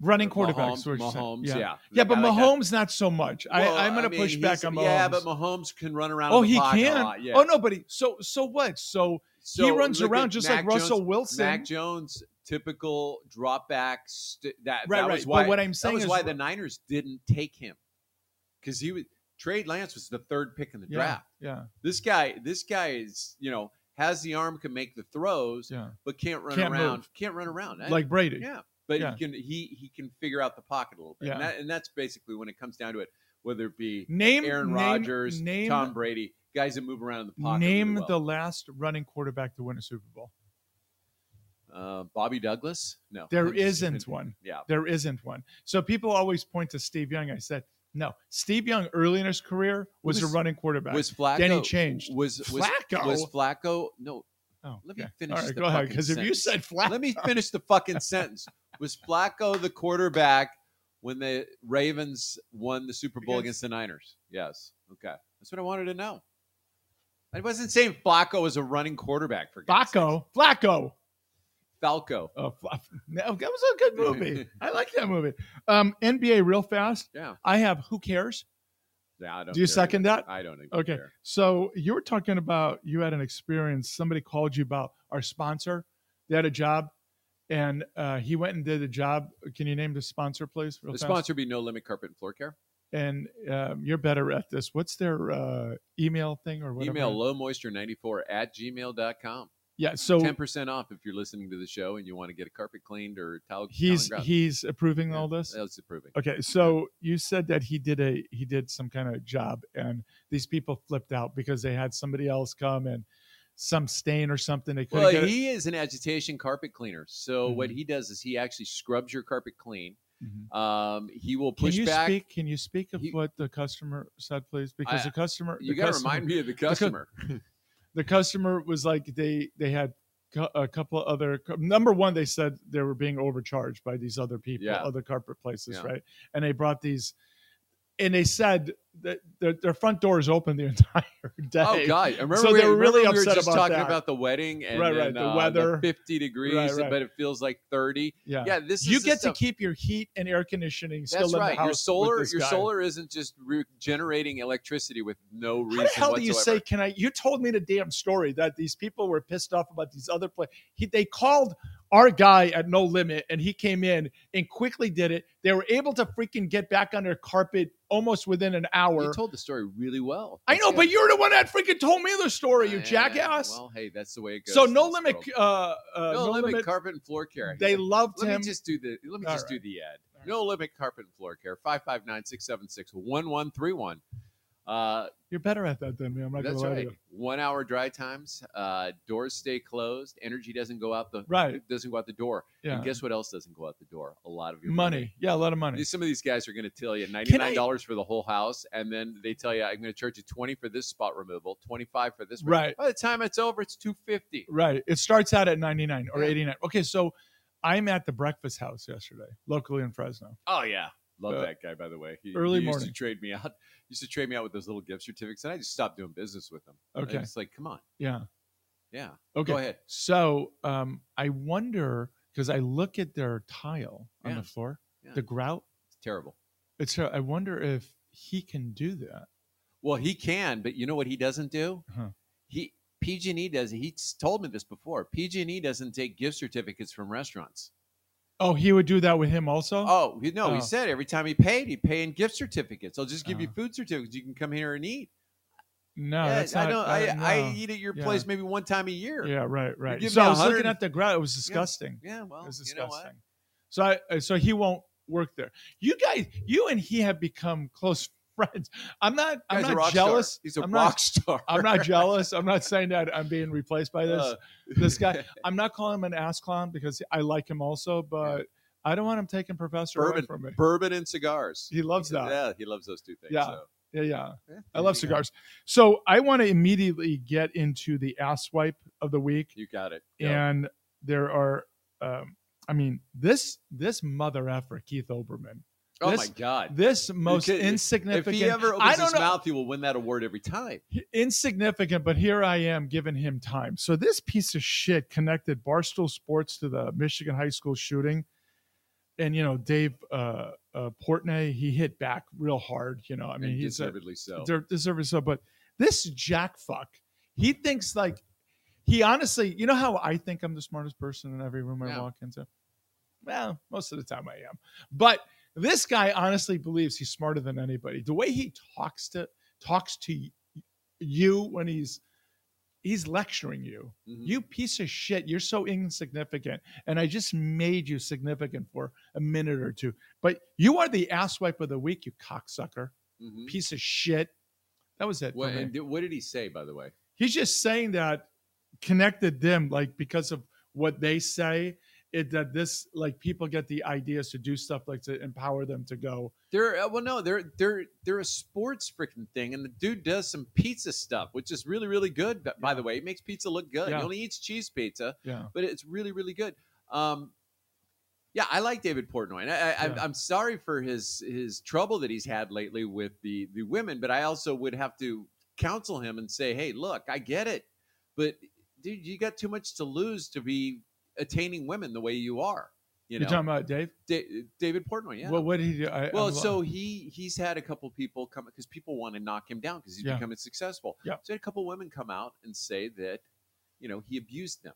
S5: Running
S6: Mahomes,
S5: quarterbacks. what you're saying.
S6: Mahomes,
S5: yeah.
S6: yeah.
S5: Yeah,
S6: The
S5: but
S6: guy like that.
S5: Mahomes, not so much.
S6: Well,
S5: I, I'm going to
S6: mean,
S5: push
S6: he's-
S5: back on Mahomes.
S6: Yeah, but Mahomes can run around.
S5: oh,
S6: in the
S5: he
S6: pocket a
S5: can.
S6: lot, Yeah.
S5: Oh, nobody. So, so what? So,
S6: So
S5: he runs
S6: look
S5: around
S6: at
S5: just
S6: Mac
S5: like Russell
S6: Jones.
S5: Wilson.
S6: Mac Jones, typical drop back. St- that
S5: right,
S6: that
S5: right.
S6: was why.
S5: but what I'm
S6: that
S5: saying
S6: was
S5: is,
S6: why the Niners didn't take him because he was Trade Lance was the third pick in the
S5: yeah,
S6: draft.
S5: Yeah,
S6: This guy, this guy is you know has the arm, can make the throws,
S5: yeah.
S6: but can't run
S5: Can't
S6: around.
S5: move.
S6: Can't run around. I-
S5: Like Brady.
S6: yeah, but
S5: Yeah.
S6: he can he he can figure out the pocket a little bit. And,
S5: Yeah.
S6: that, and that's basically when it comes down to it. Whether it be
S5: Name
S6: Aaron
S5: name-
S6: Rodgers,
S5: Name
S6: Tom Brady, guys that move around in the pocket. really
S5: Name
S6: well.
S5: the last running quarterback to win a Super Bowl.
S6: Uh, Bobby Douglas? No.
S5: There
S6: I'm just-
S5: isn't one.
S6: Yeah.
S5: There isn't one. So people always point to Steve Young. I said, no. Steve Young early in his career was,
S6: Was-
S5: a running quarterback.
S6: Was Flacco?
S5: Then he changed.
S6: Was, was
S5: Flacco?
S6: Was Flacco? No.
S5: oh,
S6: Let me
S5: okay.
S6: finish
S5: All right,
S6: the
S5: go ahead.
S6: fucking
S5: Because if you
S6: sentence.
S5: said Flacco,
S6: Let me finish the fucking sentence. Was Flacco the quarterback when the Ravens won the Super Bowl
S5: Against-
S6: against, the Niners? Yes. Okay. That's what I wanted to know. I wasn't saying Flacco was a running quarterback for God's sakes.
S5: Flacco, Flacco.
S6: Falco.
S5: Oh, Fla- no, that was a good movie. I like that movie. Um, NBA real fast.
S6: Yeah.
S5: I have who cares.
S6: Yeah, I don't
S5: Do you
S6: care
S5: second
S6: either.
S5: that?
S6: I don't even
S5: Okay.
S6: care.
S5: So you were talking about you had an experience. Somebody called you about our sponsor. They had a job, and uh, he went and did a job. Can you name the sponsor, please? real
S6: The
S5: fast?
S6: sponsor would be No Limit Carpet and Floor Care.
S5: And um, you're better at this. What's their uh, email thing or whatever?
S6: Email lowmoisture94 at gmail.com.
S5: Yeah. So
S6: 10% off if you're listening to the show and you want to get a carpet cleaned or tile.
S5: he's
S6: tile and grout.
S5: he's approving
S6: Yeah,
S5: all this.
S6: That's approving.
S5: Okay, so you said that he did a he did some kind of job, and these people flipped out because they had somebody else come and some stain or something. They couldn't
S6: Well,
S5: get it.
S6: he is an agitation carpet cleaner. So what
S5: Mhm.
S6: he does is he actually scrubs your carpet clean.
S5: Mhm.
S6: Um, he will
S5: Can
S6: push
S5: you
S6: back.
S5: speak? Can you speak of
S6: He-
S5: what the customer said, please? Because
S6: I-
S5: the customer,
S6: You
S5: the
S6: got to
S5: customer-
S6: remind me of the customer.
S5: the customer was like they they had cu- a couple of other cu- number one they said they were being overcharged by these other people
S6: Yeah.
S5: other carpet places
S6: Yeah.
S5: right and they brought these and they said that their, their front door is open the entire day
S6: Oh God! I Remember
S5: So
S6: we,
S5: they were really
S6: remember we
S5: upset
S6: were just
S5: about
S6: talking
S5: that.
S6: about the wedding and
S5: Right, right,
S6: then,
S5: the
S6: uh,
S5: weather.
S6: fifty degrees,
S5: right.
S6: but it feels like thirty.
S5: yeah,
S6: Yeah, this is
S5: you
S6: the
S5: get
S6: stuff-
S5: to keep your heat and air conditioning still
S6: That's
S5: in the
S6: right.
S5: house
S6: Your
S5: with
S6: solar,
S5: this
S6: your
S5: guy.
S6: solar isn't just re- generating electricity with
S5: how
S6: no reason.
S5: the hell do you
S6: whatsoever.
S5: say can i you told me the damn story that these people were pissed off about these other play he, they called our guy at no limit and he came in and quickly did it they were able to freaking get back on their carpet almost within an hour
S6: You told the story really well.
S5: i
S6: That's
S5: know
S6: good.
S5: but you're the one that freaking told me the story you
S6: Yeah,
S5: jackass
S6: Well, hey, that's the way it goes.
S5: so
S6: in
S5: no
S6: this
S5: limit
S6: world.
S5: uh, uh
S6: no,
S5: no,
S6: limit,
S5: limit,
S6: carpet and floor care.
S5: they loved
S6: let
S5: him
S6: me just do the let me
S5: All
S6: just do
S5: right.
S6: the ad.
S5: All right.
S6: No limit carpet and floor care. 559-676-1131. Uh,
S5: you're better at that than me i'm not
S6: that's
S5: gonna lie
S6: right.
S5: to you
S6: One hour dry times. Uh, doors stay closed. Energy doesn't go out the
S5: right
S6: doesn't go out the door.
S5: yeah
S6: And guess what else doesn't go out the door? A lot of your
S5: money. yeah a lot of money
S6: These- Some of these guys are going to tell you ninety
S5: Can I-
S6: nine dollars for the whole house, and then they tell you I'm going to charge you twenty for this spot removal, twenty five for this.
S5: Right.
S6: By the time it's over, it's two fifty.
S5: Right. It starts out at 99 or
S6: Yeah.
S5: 89. Okay, so I'm at the breakfast house yesterday, locally in Fresno.
S6: Oh yeah, love
S5: Uh,
S6: that guy. By the way, he,
S5: early
S6: he used
S5: morning.
S6: to trade me out. He used to trade me out with those little gift certificates, and I just stopped doing business with them.
S5: Okay.
S6: it's like, come on,
S5: Yeah.
S6: yeah,
S5: Okay.
S6: go ahead.
S5: So um, I wonder because I look at their tile on
S6: Yeah.
S5: the floor,
S6: Yeah.
S5: the grout.
S6: It's terrible.
S5: It's I wonder if he can do that.
S6: Well, he can, but you know what he doesn't do?
S5: Huh.
S6: He PG&E E does. He's told me this before. PG&E E doesn't take gift certificates from restaurants.
S5: Oh, he would do that with him also.
S6: Oh, he- no,
S5: Oh.
S6: he said every time he paid, he'd pay in gift certificates. I'll just give you
S5: Uh-huh.
S6: food certificates. You can come here and eat.
S5: no,
S6: Yeah,
S5: that's not.
S6: I don't. I,
S5: uh,
S6: I
S5: no.
S6: eat at your
S5: Yeah.
S6: place maybe one time a year.
S5: yeah, right, right.
S6: give
S5: So
S6: me
S5: I was looking
S6: 100
S5: at the grout. It was disgusting.
S6: Yeah, well,
S5: It's
S6: Oh, you know
S5: disgusting.
S6: what?
S5: so I uh, so he won't work there. You guys, you and he have become close friends. I'm not. I'm
S6: Guy's a
S5: not
S6: rock
S5: jealous.
S6: Star. He's a
S5: I'm
S6: rock
S5: Not,
S6: star.
S5: I'm not jealous. I'm not saying that I'm being replaced by this
S6: Uh,
S5: this guy. I'm not calling him an ass clown because I like him also, but I don't want him taking professor away
S6: Bourbon.
S5: from me.
S6: Bourbon and cigars.
S5: He loves that.
S6: Yeah, he loves those two things.
S5: Yeah.
S6: so,
S5: Yeah, yeah.
S6: eh,
S5: I
S6: there
S5: love
S6: you go.
S5: cigars. So I want to immediately get into the ass wipe of the week.
S6: You got it. Go.
S5: and there are um, i mean this this mother effer keith oberman
S6: oh my
S5: this-
S6: God.
S5: this most
S6: kid- if he If
S5: insignificant
S6: he ever opens
S5: i don't
S6: his
S5: know
S6: mouth, he will win that award every time.
S5: insignificant but here i am giving him time so this piece of shit connected barstool sports to the michigan high school shooting and you know dave uh, uh portney he hit back real hard you know i mean
S6: and
S5: he's a,
S6: deservedly so.
S5: deserve, deserve so. But this jack fuck, he thinks like he honestly, you know how I think I'm the smartest person in every room I
S6: Yeah.
S5: walk into. Well, most of the time I am, but this guy honestly believes he's smarter than anybody. The way he talks to talks to y- you when he's he's lecturing you.
S6: Mhm.
S5: You piece of shit. You're so insignificant. And I just made you significant for a minute or two. But you are the asswipe of the week, you cocksucker
S6: Mhm.
S5: piece of shit. That was it. for
S6: What,
S5: me.
S6: and did- what did he say, by the way?
S5: He's just saying that connected them, like because of what they say, it that this like people get the ideas to do stuff like to empower them to go.
S6: They're uh, well, no, they're they're they're a sports freaking thing, and the dude does some pizza stuff, which is really really good. But by the way, it makes pizza look good.
S5: Yeah.
S6: He only eats cheese pizza,
S5: Yeah.
S6: but it's really really good. Um, yeah, I like David Portnoy, and I, I, I'm,
S5: Yeah.
S6: I'm sorry for his his trouble that he's had lately with the the women, but I also would have to counsel him and say, hey, look, I get it, but dude, you got too much to lose to be attaining women the way you are. You You
S5: You're
S6: know,
S5: talking about Dave?
S6: Da- David Portnoy. Yeah.
S5: Well, what did he do? I,
S6: Well,
S5: I'm-
S6: so he he's had a couple people come because people want to knock him down because he's
S5: Yeah.
S6: becoming successful.
S5: Yeah.
S6: So he had a couple women come out and say that, you know, he abused them.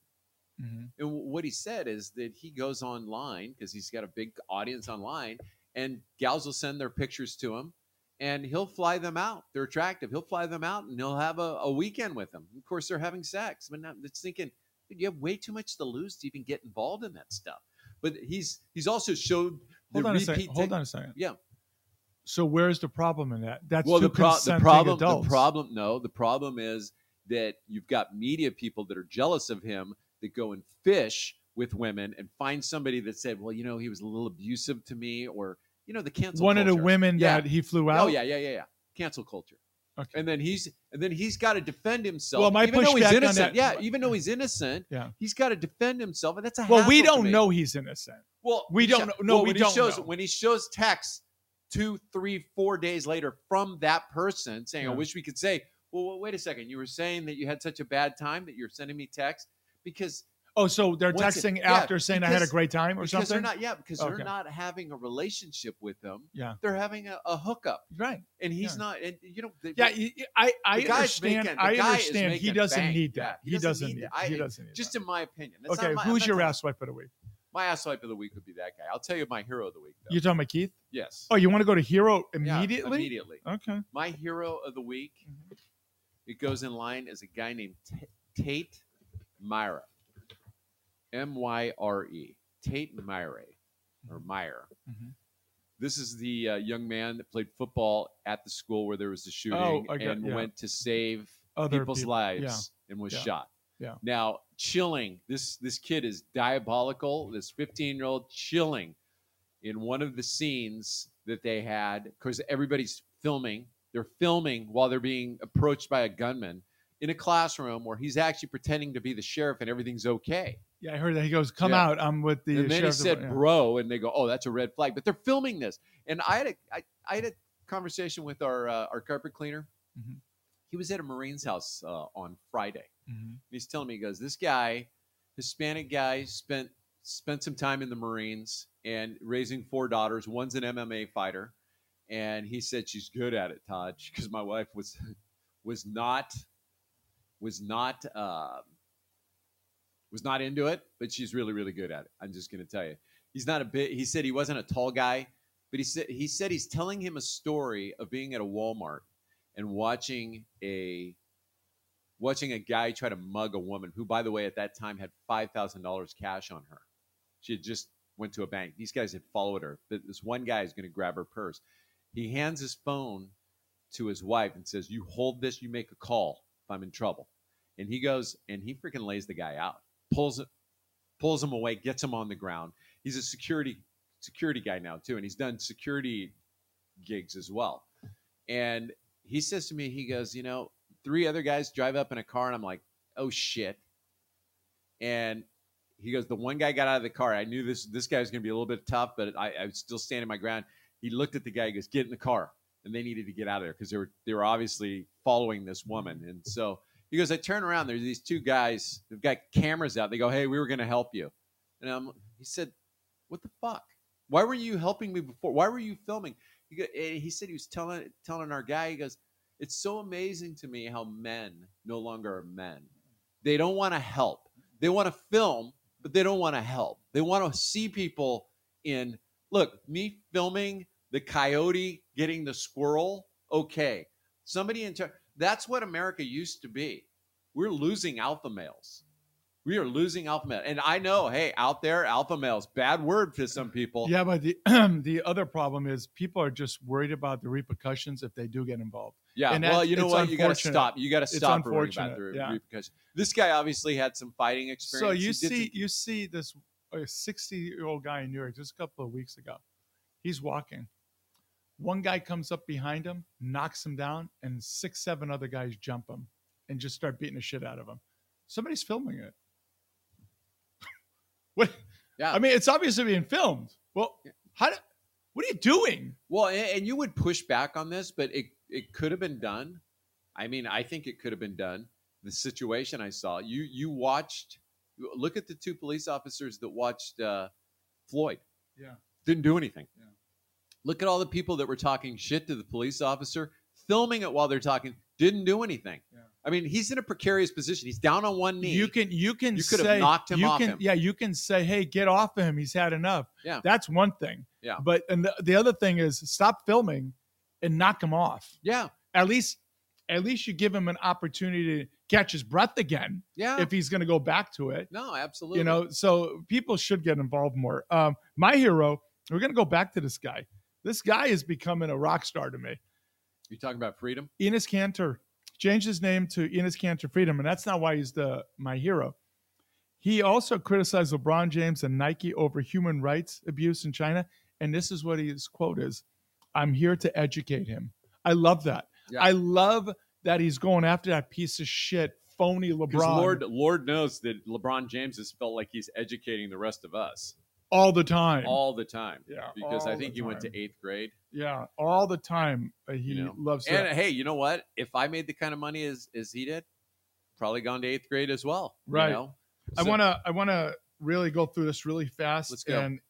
S5: Mhm.
S6: And wh- what he said is that he goes online because he's got a big audience online, and gals will send their pictures to him, and he'll fly them out. They're attractive. He'll fly them out, and he'll have a, a weekend with them. Of course, they're having sex, but now it's thinking "Dude, you have way too much to lose to even get involved in that stuff. But he's he's also showed the
S5: hold on a
S6: repeat.
S5: second. Hold
S6: tech-
S5: on a second.
S6: Yeah.
S5: So where's the problem in that? That's
S6: well,
S5: two
S6: the, pro- the
S5: consenting
S6: problem,
S5: adults.
S6: the problem, no, the problem is that you've got media people that are jealous of him that go and fish with women and find somebody that said, well, you know, he was a little abusive to me, or you know, the cancel.
S5: One
S6: culture.
S5: of the women
S6: Yeah.
S5: that he flew out.
S6: Oh yeah, yeah, yeah, yeah. Cancel culture.
S5: Okay.
S6: And then he's and then he's got to defend himself.
S5: Well, my
S6: even though he's
S5: pushback on that-
S6: innocent, yeah, even though he's innocent,
S5: Yeah.
S6: he's got to defend himself, and that's a
S5: Well, we
S6: hassle to
S5: don't
S6: me.
S5: know he's innocent.
S6: Well,
S5: We don't
S6: yeah.
S5: know- no,
S6: Well,
S5: we
S6: when
S5: don't
S6: He shows,
S5: know.
S6: When he shows texts two, three, four days later from that person saying, "I
S5: Yeah.
S6: wish we could say," well, well, wait a second. You were saying that you had such a bad time that you're sending me texts because
S5: Oh, so they're
S6: What's it-
S5: texting
S6: yeah,
S5: after saying I had a
S6: because-
S5: great time or
S6: because
S5: something.
S6: they're not yeah because
S5: Okay.
S6: they're not having a relationship with them.
S5: Yeah.
S6: they're having a, a hookup,
S5: right.
S6: and he's
S5: Yeah.
S6: not. And you know, the-
S5: Yeah, y- y- I I
S6: The guy's
S5: understand.
S6: making- the
S5: I
S6: guy is
S5: understand. He
S6: making
S5: doesn't
S6: bank.
S5: need
S6: Yeah,
S5: that.
S6: he
S5: he
S6: doesn't
S5: doesn't
S6: need
S5: need.
S6: that. I-
S5: he
S6: it-
S5: doesn't need
S6: just
S5: that.
S6: in my opinion. That's
S5: Okay,
S6: not my, I'm
S5: who's
S6: not
S5: your
S6: talking-
S5: ass wipe of the week?
S6: My ass wipe of the week would be that guy. I'll tell you my hero of the week. Though.
S5: You're talking about Keith?
S6: yes.
S5: Oh, you want to go to Hero
S6: Yeah,
S5: immediately?
S6: immediately.
S5: Okay.
S6: my hero of the week
S5: Mm-hmm.
S6: it goes in line is a guy named T- tate myra m-y-r-e E. tate myra or meyer
S5: Mhm.
S6: this is the uh, young man that played football at the school where there was the shooting
S5: Oh, I got-
S6: and
S5: yeah.
S6: went to save
S5: Other
S6: people's
S5: people-
S6: lives and was
S5: yeah,
S6: shot
S5: yeah.
S6: now chilling this this kid is diabolical this 15 year old chilling in one of the scenes that they had because everybody's filming they're filming while they're being approached by a gunman in a classroom where he's actually pretending to be the sheriff and everything's okay
S5: Yeah, I heard that. He goes, "Come
S6: Yeah.
S5: out. I'm with the."
S6: and then he
S5: sheriff's
S6: said
S5: department."
S6: bro and they go oh that's a red flag but they're filming this and i had a i, I had a conversation with our uh, our carpet cleaner
S5: Mhm.
S6: he was at a marine's house uh, on friday
S5: Yeah. Mhm.
S6: and he's telling me, he goes, this guy, Hispanic guy, spent spent some time in the Marines and raising four daughters. One's an MMA fighter, and he said she's good at it, Todd, because my wife was was not was not um, was not into it, but she's really really good at it. I'm just gonna tell you, he's not a bit. He said he wasn't a tall guy, but he said he said he's telling him a story of being at a Walmart and watching a watching a guy try to mug a woman who, by the way, at that time had five thousand dollars cash on her. She had just went to a bank. These guys had followed her. But this one guy is going to grab her purse. He hands his phone to his wife and says, "You hold this. You make a call if I'm in trouble." And he goes and he freaking lays the guy out, pulls pulls him away, gets him on the ground. He's a security security guy now too, and he's done security gigs as well. And he says to me, he goes, you know, three other guys drive up in a car, and I'm like, oh shit. And he goes, the one guy got out of the car. I knew this this guy was going to be a little bit tough, but I, I was still standing my ground. He looked at the guy, he goes, get in the car, and they needed to get out of there because they were they were obviously following this woman, and so. He goes, I turn around. There's these two guys. They've got cameras out. They go, Hey, we were going to help you. And I'm, he said, What the fuck? Why were you helping me before? Why were you filming? He, go, and he said he was telling telling our guy. He goes, it's so amazing to me how men no longer are men. They don't want to help. They want to film, but they don't want to help. They want to see people in look, me filming the coyote getting the squirrel, okay. Somebody in charge. That's what America used to be. We're losing alpha males. We are losing alpha males. And I know, hey, out there, alpha males, bad word for some people.
S5: Yeah, but the the other problem is people are just worried about the repercussions if they do get involved.
S6: Yeah,
S5: And
S6: well,
S5: that's-
S6: you know
S5: it's
S6: what? You got to
S5: unfortunate.
S6: stop. You got to
S5: It's
S6: stop worrying about the
S5: unfortunate, yeah.
S6: repercussions. This guy obviously had some fighting experience.
S5: So
S6: He
S5: you
S6: did some-
S5: see, you see this sixty year old guy in New York just a couple of weeks ago. He's walking. One guy comes up behind him, knocks him down, and six, seven other guys jump him and just start beating the shit out of him. Somebody's filming it. what?
S6: Yeah.
S5: I mean, it's obviously being filmed. Well, how? Do, what are you doing?
S6: well, and, and you would push back on this, but it it could have been done. I mean, I think it could have been done. The situation I saw, you you watched. Look at the two police officers that watched uh, Floyd.
S5: Yeah.
S6: Didn't do anything.
S5: Yeah.
S6: Look at all the people that were talking shit to the police officer, filming it while they're talking, didn't do anything.
S5: Yeah.
S6: I mean, he's in a precarious position. He's down on one knee.
S5: You can you can
S6: You could have
S5: say
S6: knocked him
S5: you
S6: off
S5: can,
S6: him.
S5: Yeah, you can say, "Hey, get off of him. He's had enough."
S6: Yeah.
S5: that's one thing.
S6: Yeah.
S5: but and the, the other thing is stop filming and knock him off.
S6: yeah.
S5: At least at least you give him an opportunity to catch his breath again
S6: Yeah.
S5: if he's going to go back to it.
S6: no, absolutely.
S5: You know, so people should get involved more. Um, my hero. We're going to go back to this guy. This guy is becoming a rock star to me.
S6: you're talking about freedom.
S5: Enos Cantor changed his name to Enos Cantor Freedom, and that's not why he's the my hero. He also criticized LeBron James and Nike over human rights abuse in China, and this is what his quote is: "I'm here to educate him." I love that.
S6: Yeah.
S5: I love that he's going after that piece of shit, phony
S6: Because
S5: LeBron
S6: Lord, Lord knows that LeBron James has felt like he's educating the rest of us
S5: all the time.
S6: all the time.
S5: yeah,
S6: Because
S5: all
S6: I
S5: the
S6: think he went
S5: time.
S6: to eighth grade.
S5: yeah, all the time. uh, He
S6: You know,
S5: loves that.
S6: And hey, you know what? If I made the kind of money as, as he did, probably gone to eighth grade as well. you
S5: Right.
S6: know?
S5: I
S6: So-
S5: want to I want to really go through this really fast
S6: Let's go.
S5: and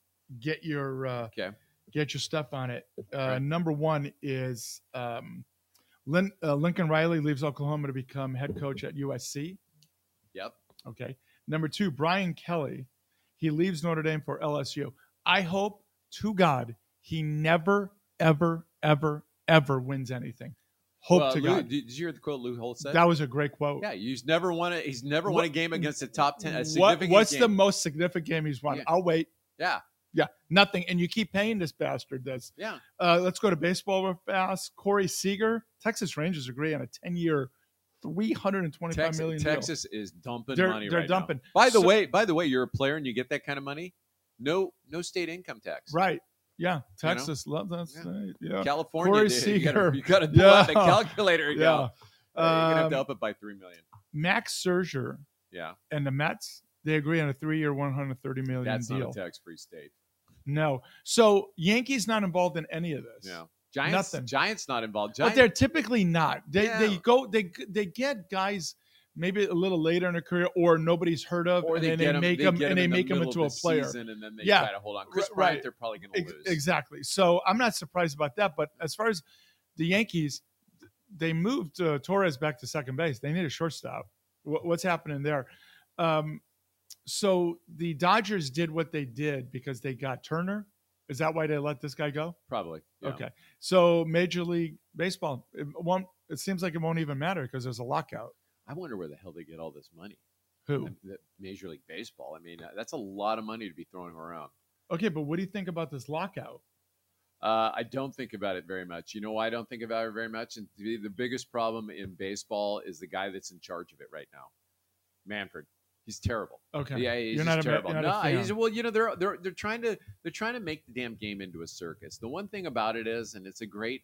S5: get your uh,
S6: Okay.
S5: get your stuff on it. Uh,
S6: Right.
S5: Number one is um, Lin, uh, Lincoln Riley leaves Oklahoma to become head coach at USC.
S6: Yep.
S5: Okay. Number two, Brian Kelly, he leaves Notre Dame for LSU. I hope to God he never ever ever ever wins anything. Hope
S6: Well,
S5: to
S6: Lou-
S5: God.
S6: Did, did you hear the quote Lou Holtz said?
S5: That was a great quote.
S6: yeah, he's never won a he's never won a
S5: What-
S6: game against a top ten. A
S5: what,
S6: significant
S5: what's
S6: game.
S5: the most significant game he's won?
S6: Yeah.
S5: I'll wait.
S6: Yeah.
S5: Yeah. Nothing. And you keep paying this bastard this.
S6: Yeah.
S5: Uh, let's go to baseball real fast. Corey Seager, Texas Rangers agree on a 10 year, three hundred and twenty-five
S6: Texas,
S5: million
S6: Texas is dumping
S5: deal. They're,
S6: money
S5: they're
S6: right now.
S5: dumping.
S6: By the
S5: So-
S6: way, by the way, you're a player and you get that kind of money. No, no state income tax.
S5: Right. Yeah.
S6: You know?
S5: Texas. Love that's
S6: Yeah.
S5: right. Yeah.
S6: California.
S5: Corey
S6: dude, you gotta-
S5: Seager.
S6: You got to pull out the
S5: Yeah.
S6: calculator. And
S5: Yeah.
S6: yeah. Go, uh, you're gonna have to
S5: Um,
S6: up it by three million.
S5: Max Serger
S6: Yeah,
S5: and the Mets, they agree on a three year, $130 million
S6: that's
S5: deal.
S6: not a tax-free state.
S5: no. So Yankees not involved in any of this.
S6: Yeah, Giants.
S5: Nothing.
S6: Giants not involved.
S5: but
S6: Giants,
S5: they're typically not. They they
S6: Yeah.
S5: go they they get guys maybe a little later in their career or nobody's heard of,
S6: or
S5: and
S6: they,
S5: then
S6: get
S5: they
S6: 'em-
S5: make
S6: they
S5: them
S6: get 'em
S5: and they
S6: in the
S5: make them
S6: middle
S5: into a
S6: of the
S5: player.
S6: season, and then they
S5: Yeah.
S6: try to hold on. Chris
S5: Right.
S6: Bryant, they're probably going to
S5: Ex-
S6: lose.
S5: Exactly. So I'm not surprised about that. But as far as the Yankees, they moved uh, Torres back to second base. They need a shortstop. What, what's happening there? Um, so the Dodgers did what they did because they got Turner. Is that why they let this guy go?
S6: Probably. yeah.
S5: Okay. So Major League Baseball, it won't. It seems like it won't even matter because there's a lockout.
S6: I wonder where the hell they get all this money.
S5: Who?
S6: The Major League Baseball. I mean, uh, that's a lot of money to be throwing around.
S5: Okay, but what do you think about this lockout?
S6: Uh, I don't think about it very much. You know why I don't think about it very much? And the, the biggest problem in baseball is the guy that's in charge of it right now, Manfred. He's terrible.
S5: Okay.
S6: Yeah, he's
S5: You're
S6: just
S5: not a ma-
S6: terrible.
S5: you're not a
S6: no, he's
S5: fan.
S6: well, you know, they're they're they're trying to they're trying to make the damn game into a circus. The one thing about it is, and it's a great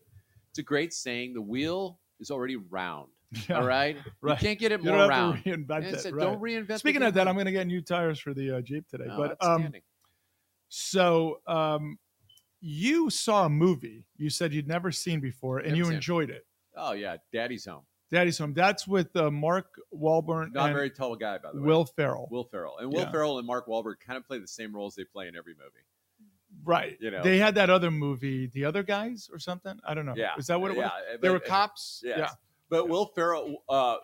S6: it's a great saying, the wheel is already round.
S5: Yeah,
S6: All right,
S5: right.
S6: you can't get it
S5: You
S6: more
S5: don't have
S6: round.
S5: to reinvent
S6: And Oh,
S5: it.
S6: so
S5: right.
S6: Don't reinvent. the
S5: Speaking of
S6: damn
S5: that, I'm
S6: wheel.
S5: going to get new tires for the uh, Jeep today.
S6: No,
S5: but um,
S6: outstanding.
S5: so um, you saw a movie you said you'd never seen before, and
S6: Never
S5: you
S6: seen it.
S5: enjoyed it.
S6: oh yeah, Daddy's home.
S5: Daddy's Home. That's with uh, Mark Wahlberg
S6: Not
S5: and
S6: very tall guy, by the way.
S5: Will Ferrell.
S6: Will Ferrell and Will
S5: Yeah.
S6: Ferrell and Mark Wahlberg kind of play the same roles they play in every movie.
S5: right.
S6: you know.
S5: They had that other movie, The Other Guys, or something. I don't know.
S6: Yeah,
S5: Is that what it was?
S6: Yeah,
S5: They
S6: but-
S5: were cops.
S6: yes.
S5: Yeah.
S6: But Will Ferrell, uh,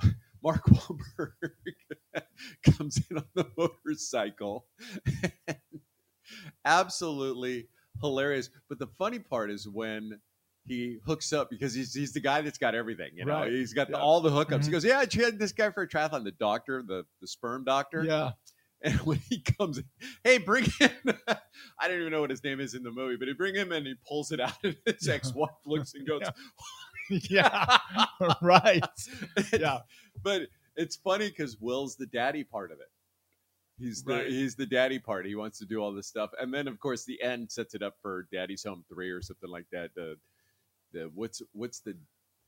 S6: Mark Wahlberg comes in on the motorcycle. Absolutely hilarious. But the funny part is when he hooks up because he's, he's the guy that's got everything. You know,
S5: Right.
S6: he's got the,
S5: Yeah.
S6: all the hookups. He
S5: Mhm.
S6: goes, "Yeah, I had this guy for a triathlon." The doctor, the the sperm doctor.
S5: Yeah.
S6: And when he comes in, hey, bring in, I don't even know what his name is in the movie, but he bring him in and he pulls it out, and his
S5: Yeah.
S6: ex wife looks and goes,
S5: Yeah. right. Yeah.
S6: But it's funny because Will's the daddy part of it. He's the
S5: Right.
S6: he's the daddy part. He wants to do all this stuff, and then of course the end sets it up for Daddy's Home Three or something like that. The the what's what's the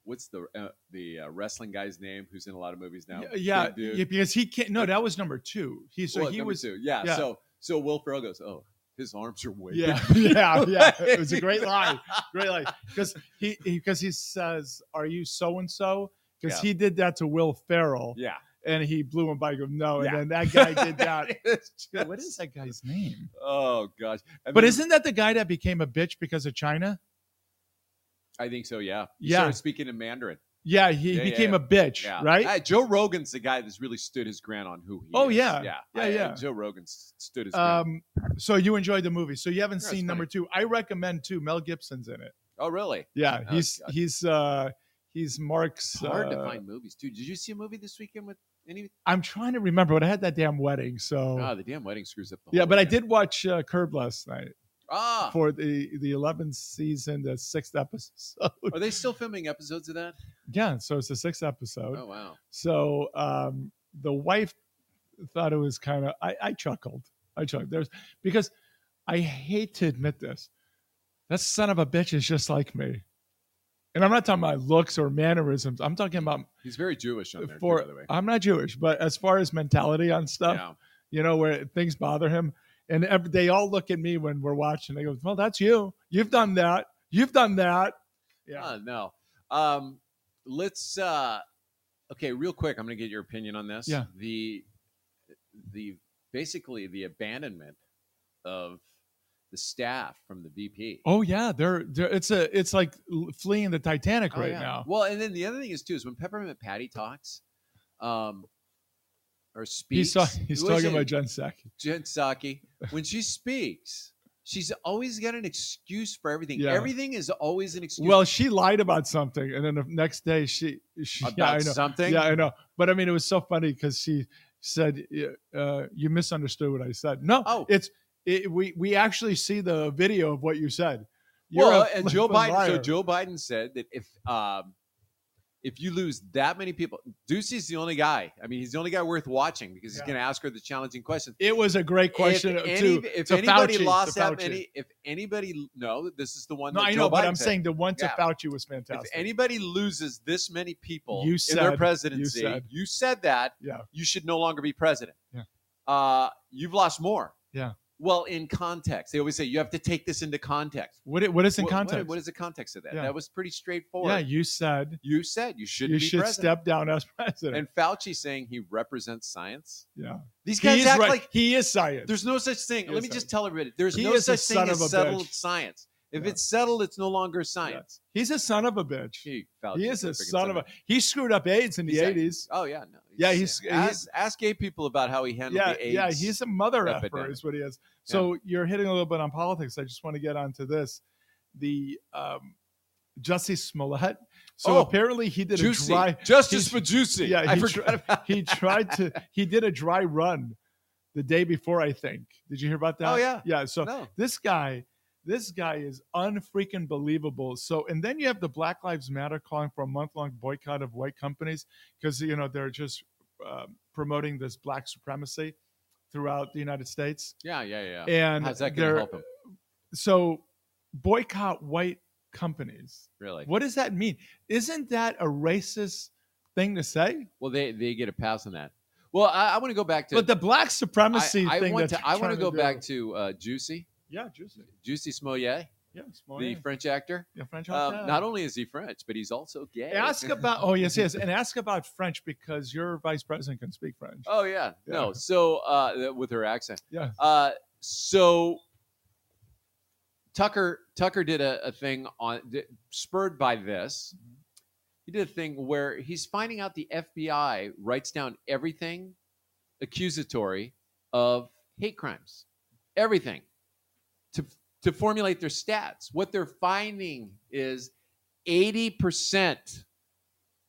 S6: what's the uh, the uh, wrestling guy's name who's in a lot of movies now?
S5: Yeah, yeah,
S6: Big dude.
S5: yeah, because he can't. No, that was number two. He so
S6: Well,
S5: he
S6: number
S5: was.
S6: two. Yeah,
S5: yeah.
S6: So so Will Ferrell goes, oh, his arms are way
S5: Yeah,
S6: big."
S5: yeah, yeah. It was a great line, great line because he because he, says, "Are you so and so?" Because
S6: Yeah.
S5: he did that to Will Ferrell,
S6: Yeah,
S5: and he blew him by. Go no, and
S6: Yeah.
S5: then that guy did that.
S6: It's
S5: Dude, what
S6: just-
S5: is that guy's name?
S6: Oh gosh! And
S5: But
S6: then-
S5: isn't that the guy that became a bitch because of China?
S6: I think so? Yeah. He
S5: Yeah.
S6: started speaking in Mandarin.
S5: Yeah, he
S6: Yeah, yeah,
S5: became
S6: yeah.
S5: a bitch,
S6: Yeah.
S5: right?
S6: Uh, Joe Rogan's the guy that's really stood his ground on who he.
S5: Oh,
S6: is.
S5: yeah.
S6: Yeah.
S5: Yeah,
S6: I- I-
S5: yeah.
S6: Joe Rogan s- stood his ground.
S5: um, so you enjoyed the movie. So you haven't
S6: Yeah, it's
S5: seen number two. I recommend two. Mel Gibson's in it.
S6: oh really?
S5: Yeah,
S6: Oh,
S5: he's
S6: God.
S5: he's uh he's Mark's.
S6: It's hard to
S5: uh,
S6: find movies, dude. Did you see a movie this weekend with any?
S5: I'm trying to remember, but I had that damn wedding. So
S6: Oh, the damn wedding screws up the.
S5: yeah,
S6: whole
S5: but I
S6: weekend.
S5: did watch uh, Curb last night
S6: Ah,
S5: for the the 11th season, the sixth episode. So,
S6: are they still filming episodes of that?
S5: yeah, so it's the sixth episode.
S6: Oh wow.
S5: So um, the wife thought it was kind of. I, I chuckled. I chuckled. There's because I hate to admit this. That son of a bitch is just like me, and I'm not talking about looks or mannerisms. I'm talking about
S6: He's very Jewish on there. too,
S5: Uh, for.
S6: by the way.
S5: I'm not Jewish, but as far as mentality on stuff,
S6: Yeah.
S5: you know, where things bother him, and ev- they all look at me when we're watching. They go, "Well, that's you. You've done that. You've done that." Yeah.
S6: Ah, no. Um, let's. Uh, okay, real quick, I'm going to get your opinion on this.
S5: Yeah.
S6: The, the basically the abandonment of the staff from the VP.
S5: Oh yeah, they're, they're it's a it's like l- fleeing the Titanic
S6: Oh,
S5: right
S6: yeah.
S5: now.
S6: Well, and then the other thing is too is when Peppermint Patty talks, um, or
S5: He's,
S6: speaks.
S5: ta- he's
S6: was
S5: talking
S6: it
S5: about Jen Psaki.
S6: Jen Psaki, when she speaks. She's always got an excuse for everything.
S5: Yeah.
S6: Everything is always an excuse.
S5: Well, she lied about something, and then the next day she, she
S6: about
S5: yeah, I know,
S6: something.
S5: yeah, I know. But I mean, it was so funny because she said, uh, "You misunderstood what I said." No,
S6: Oh.
S5: it's it, we we actually see the video of what you said. You're
S6: Well,
S5: a
S6: and Joe
S5: flippin'
S6: Biden. So
S5: liar.
S6: Joe Biden said that if um, if you lose that many people, Ducey's the only guy. I mean, he's the only guy worth watching because he's
S5: Yeah.
S6: going to ask her the challenging questions.
S5: it was a great question
S6: if,
S5: to,
S6: any- if
S5: to
S6: anybody
S5: Fauci,
S6: lost
S5: to
S6: that
S5: Fauci.
S6: many, if anybody, no, this is the one.
S5: No,
S6: that
S5: I
S6: Joe
S5: know, but
S6: Biden
S5: I'm
S6: said.
S5: saying the one to
S6: Yeah.
S5: Fauci was
S6: if
S5: fantastic.
S6: anybody loses this many people
S5: You
S6: in
S5: said-
S6: their
S5: you
S6: presidency, you
S5: said.
S6: said, that.
S5: Yeah.
S6: you should no longer be president.
S5: Yeah.
S6: Uh, you've lost more.
S5: Yeah.
S6: Well, in context, they always say you have to take this into context.
S5: what it, what is in
S6: What- what-
S5: context?
S6: what is the context of that?
S5: Yeah.
S6: That was pretty straightforward.
S5: yeah, you said
S6: you said you should
S5: you
S6: be
S5: should
S6: president.
S5: step down as president.
S6: And Fauci saying he represents science.
S5: yeah.
S6: These
S5: He
S6: guys
S5: is
S6: act
S5: right.
S6: like
S5: he is science.
S6: there's no such thing.
S5: He
S6: Let
S5: is
S6: me
S5: science.
S6: just tell everybody there's
S5: He
S6: no
S5: is a
S6: such thing
S5: son
S6: as
S5: of a
S6: settled
S5: bitch.
S6: science. If
S5: Yeah.
S6: it's settled, it's no longer science.
S5: He's a son of a bitch.
S6: Gee, Fauci
S5: He is a
S6: freaking
S5: son of a. He screwed up AIDS in the
S6: He's a-
S5: eighties.
S6: Oh yeah, no.
S5: Yeah, he's-
S6: ask, ask gay people about how he handled
S5: Yeah,
S6: the AIDS.
S5: yeah, he's a mother effer
S6: epidemic.
S5: is what he is. So you're hitting a little bit on politics. I just want to get onto this. The um, Justice Smollett. So
S6: Oh,
S5: apparently he did
S6: juicy.
S5: a dry.
S6: Justice
S5: he's-
S6: for juicy.
S5: yeah,
S6: I
S5: he
S6: forgot about
S5: He tried to. he did a dry run the day before. I think. Did you hear about that?
S6: Oh, yeah.
S5: Yeah. So
S6: no.
S5: this guy this guy is unfreaking believable so and then you have the black lives matter calling for a month-long boycott of white companies because you know they're just um promoting this black supremacy throughout the united states
S6: Yeah, yeah, yeah.
S5: and
S6: How's that going to
S5: they're
S6: help him?
S5: so boycott white companies
S6: Really?
S5: what does that mean isn't that a racist thing to say
S6: Well, they they get a pass on that. Well, I, I want to go back to
S5: but the black supremacy
S6: I, I
S5: thing
S6: want
S5: that
S6: to I
S5: want to
S6: go
S5: do-
S6: back to uh, Juicy
S5: yeah juicy
S6: Juicy Smollett,
S5: Oh, yeah small
S6: the
S5: hand.
S6: French actor.
S5: Yeah, French
S6: Um,
S5: Montana.
S6: Not only is he French, but he's also gay.
S5: Ask about oh yes yes, and ask about French because your vice president can speak French.
S6: Oh yeah,
S5: Yeah.
S6: no. So uh, th- with her accent,
S5: Yeah.
S6: Uh, so Tucker Tucker did a, a thing on d- spurred by this.
S5: Mm-hmm.
S6: He did a thing where he's finding out the FBI writes down everything accusatory of hate crimes, everything to to formulate their stats. What they're finding is eighty percent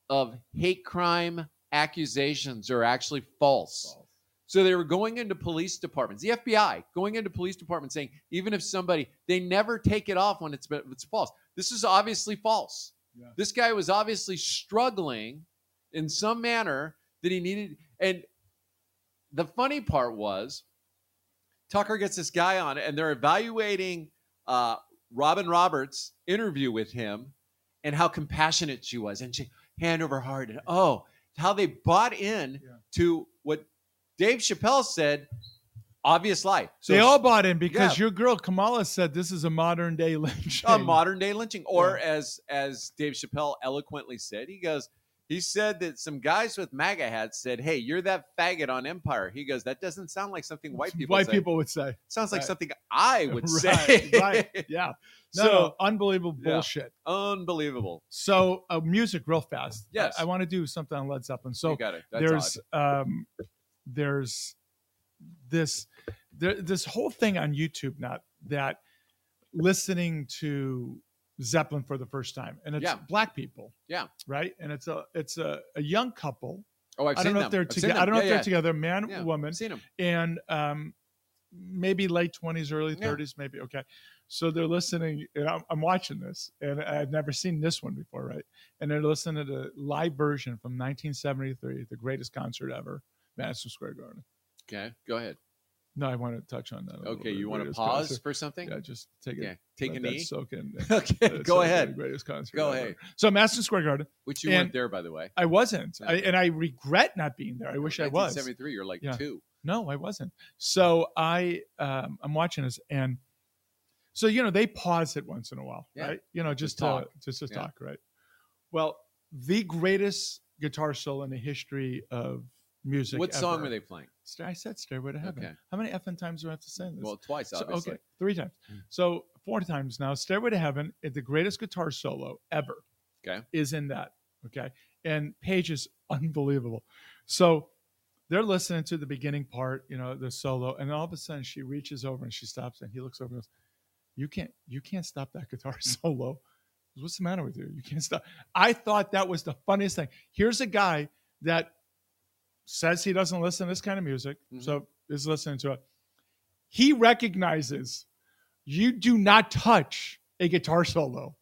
S6: of hate crime accusations are actually false. So they were going into police departments, the FBI going into police departments saying, even if somebody, they never take it off when it's been- it's false. This is obviously false.
S5: Yeah.
S6: This guy was obviously struggling in some manner that he needed. And the funny part was, Tucker gets this guy on, and they're evaluating uh, Robin Roberts' interview with him and how compassionate she was, and she hand over heart, and oh, how they bought in
S5: Yeah.
S6: to what Dave Chappelle said, obvious lie. So
S5: they
S6: it's
S5: all bought in because your girl Kamala said this is a modern day lynch.
S6: Uh, a modern day lynching, or as as Dave Chappelle eloquently said, he goes, He said that some guys with MAGA hats said, "Hey, you're that faggot on Empire." He goes, "That doesn't sound like something white people.
S5: White
S6: say.
S5: people would say.
S6: sounds like
S5: Right.
S6: something I would
S5: right,
S6: say."
S5: right. Yeah. No,
S6: So
S5: unbelievable
S6: Yeah.
S5: bullshit.
S6: unbelievable.
S5: So uh, music real fast. I-
S6: Yes.
S5: I, want to do something on Led Zeppelin. So
S6: you got it. That's
S5: there's
S6: odd.
S5: um there's this there, this whole thing on YouTube now that listening to Zeppelin for the first time and it's
S6: Yeah.
S5: black people.
S6: Yeah.
S5: Right? And it's a it's a, a young couple.
S6: Oh, I've
S5: I don't
S6: seen
S5: know
S6: them.
S5: if they're
S6: I've seen
S5: together.
S6: them.
S5: I don't know
S6: Yeah,
S5: if they're
S6: yeah.
S5: together, man,
S6: Yeah,
S5: woman
S6: I've seen them.
S5: and um, maybe late twenties, early
S6: Yeah.
S5: thirties, maybe. Okay, so they're listening, and I'm, I'm watching this, and I've never seen this one before, right? And they're listening to the live version from 1973, the greatest concert ever, Madison Square Garden.
S6: Okay, go ahead.
S5: No, I want to touch on that. a little
S6: Okay,
S5: bit.
S6: you want to
S5: Greatest
S6: pause
S5: concert.
S6: for something?
S5: Yeah, just take it.
S6: Yeah, take a
S5: let that
S6: knee.
S5: Soak in. Let
S6: Okay,
S5: it
S6: go
S5: soak in,
S6: ahead.
S5: Greatest concert.
S6: Go
S5: ever.
S6: ahead.
S5: So Madison Square Garden.
S6: Which you
S5: And-
S6: weren't there, by the way.
S5: I wasn't,
S6: Yeah.
S5: I, and I regret not being there. I wish I was.
S6: 73. You're like
S5: Yeah.
S6: two.
S5: No, I wasn't. So I um, I'm watching this, and so you know they pause it once in a while,
S6: Yeah.
S5: right? You know, just,
S6: Just talk.
S5: to just to
S6: Yeah.
S5: talk, right? Well, the greatest guitar solo in the history of music.
S6: What song
S5: ever.
S6: were they playing?
S5: Sta- I said "Stairway to Heaven."
S6: Okay.
S5: How many effing times do I have to say this?
S6: Well, twice,
S5: So,
S6: obviously.
S5: okay, three times.
S6: Mm.
S5: So four times now. "Stairway to Heaven" is the greatest guitar solo ever.
S6: Okay.
S5: is in that. Okay, and Page is unbelievable. So they're listening to the beginning part, you know, the solo, and all of a sudden she reaches over and she stops, and he looks over and goes, "You can't, you can't stop that guitar solo." What's the matter with you? You can't stop. I thought that was the funniest thing. Here's a guy that says he doesn't listen to this kind of music,
S6: Mhm.
S5: so is listening to it. He recognizes you do not touch a guitar solo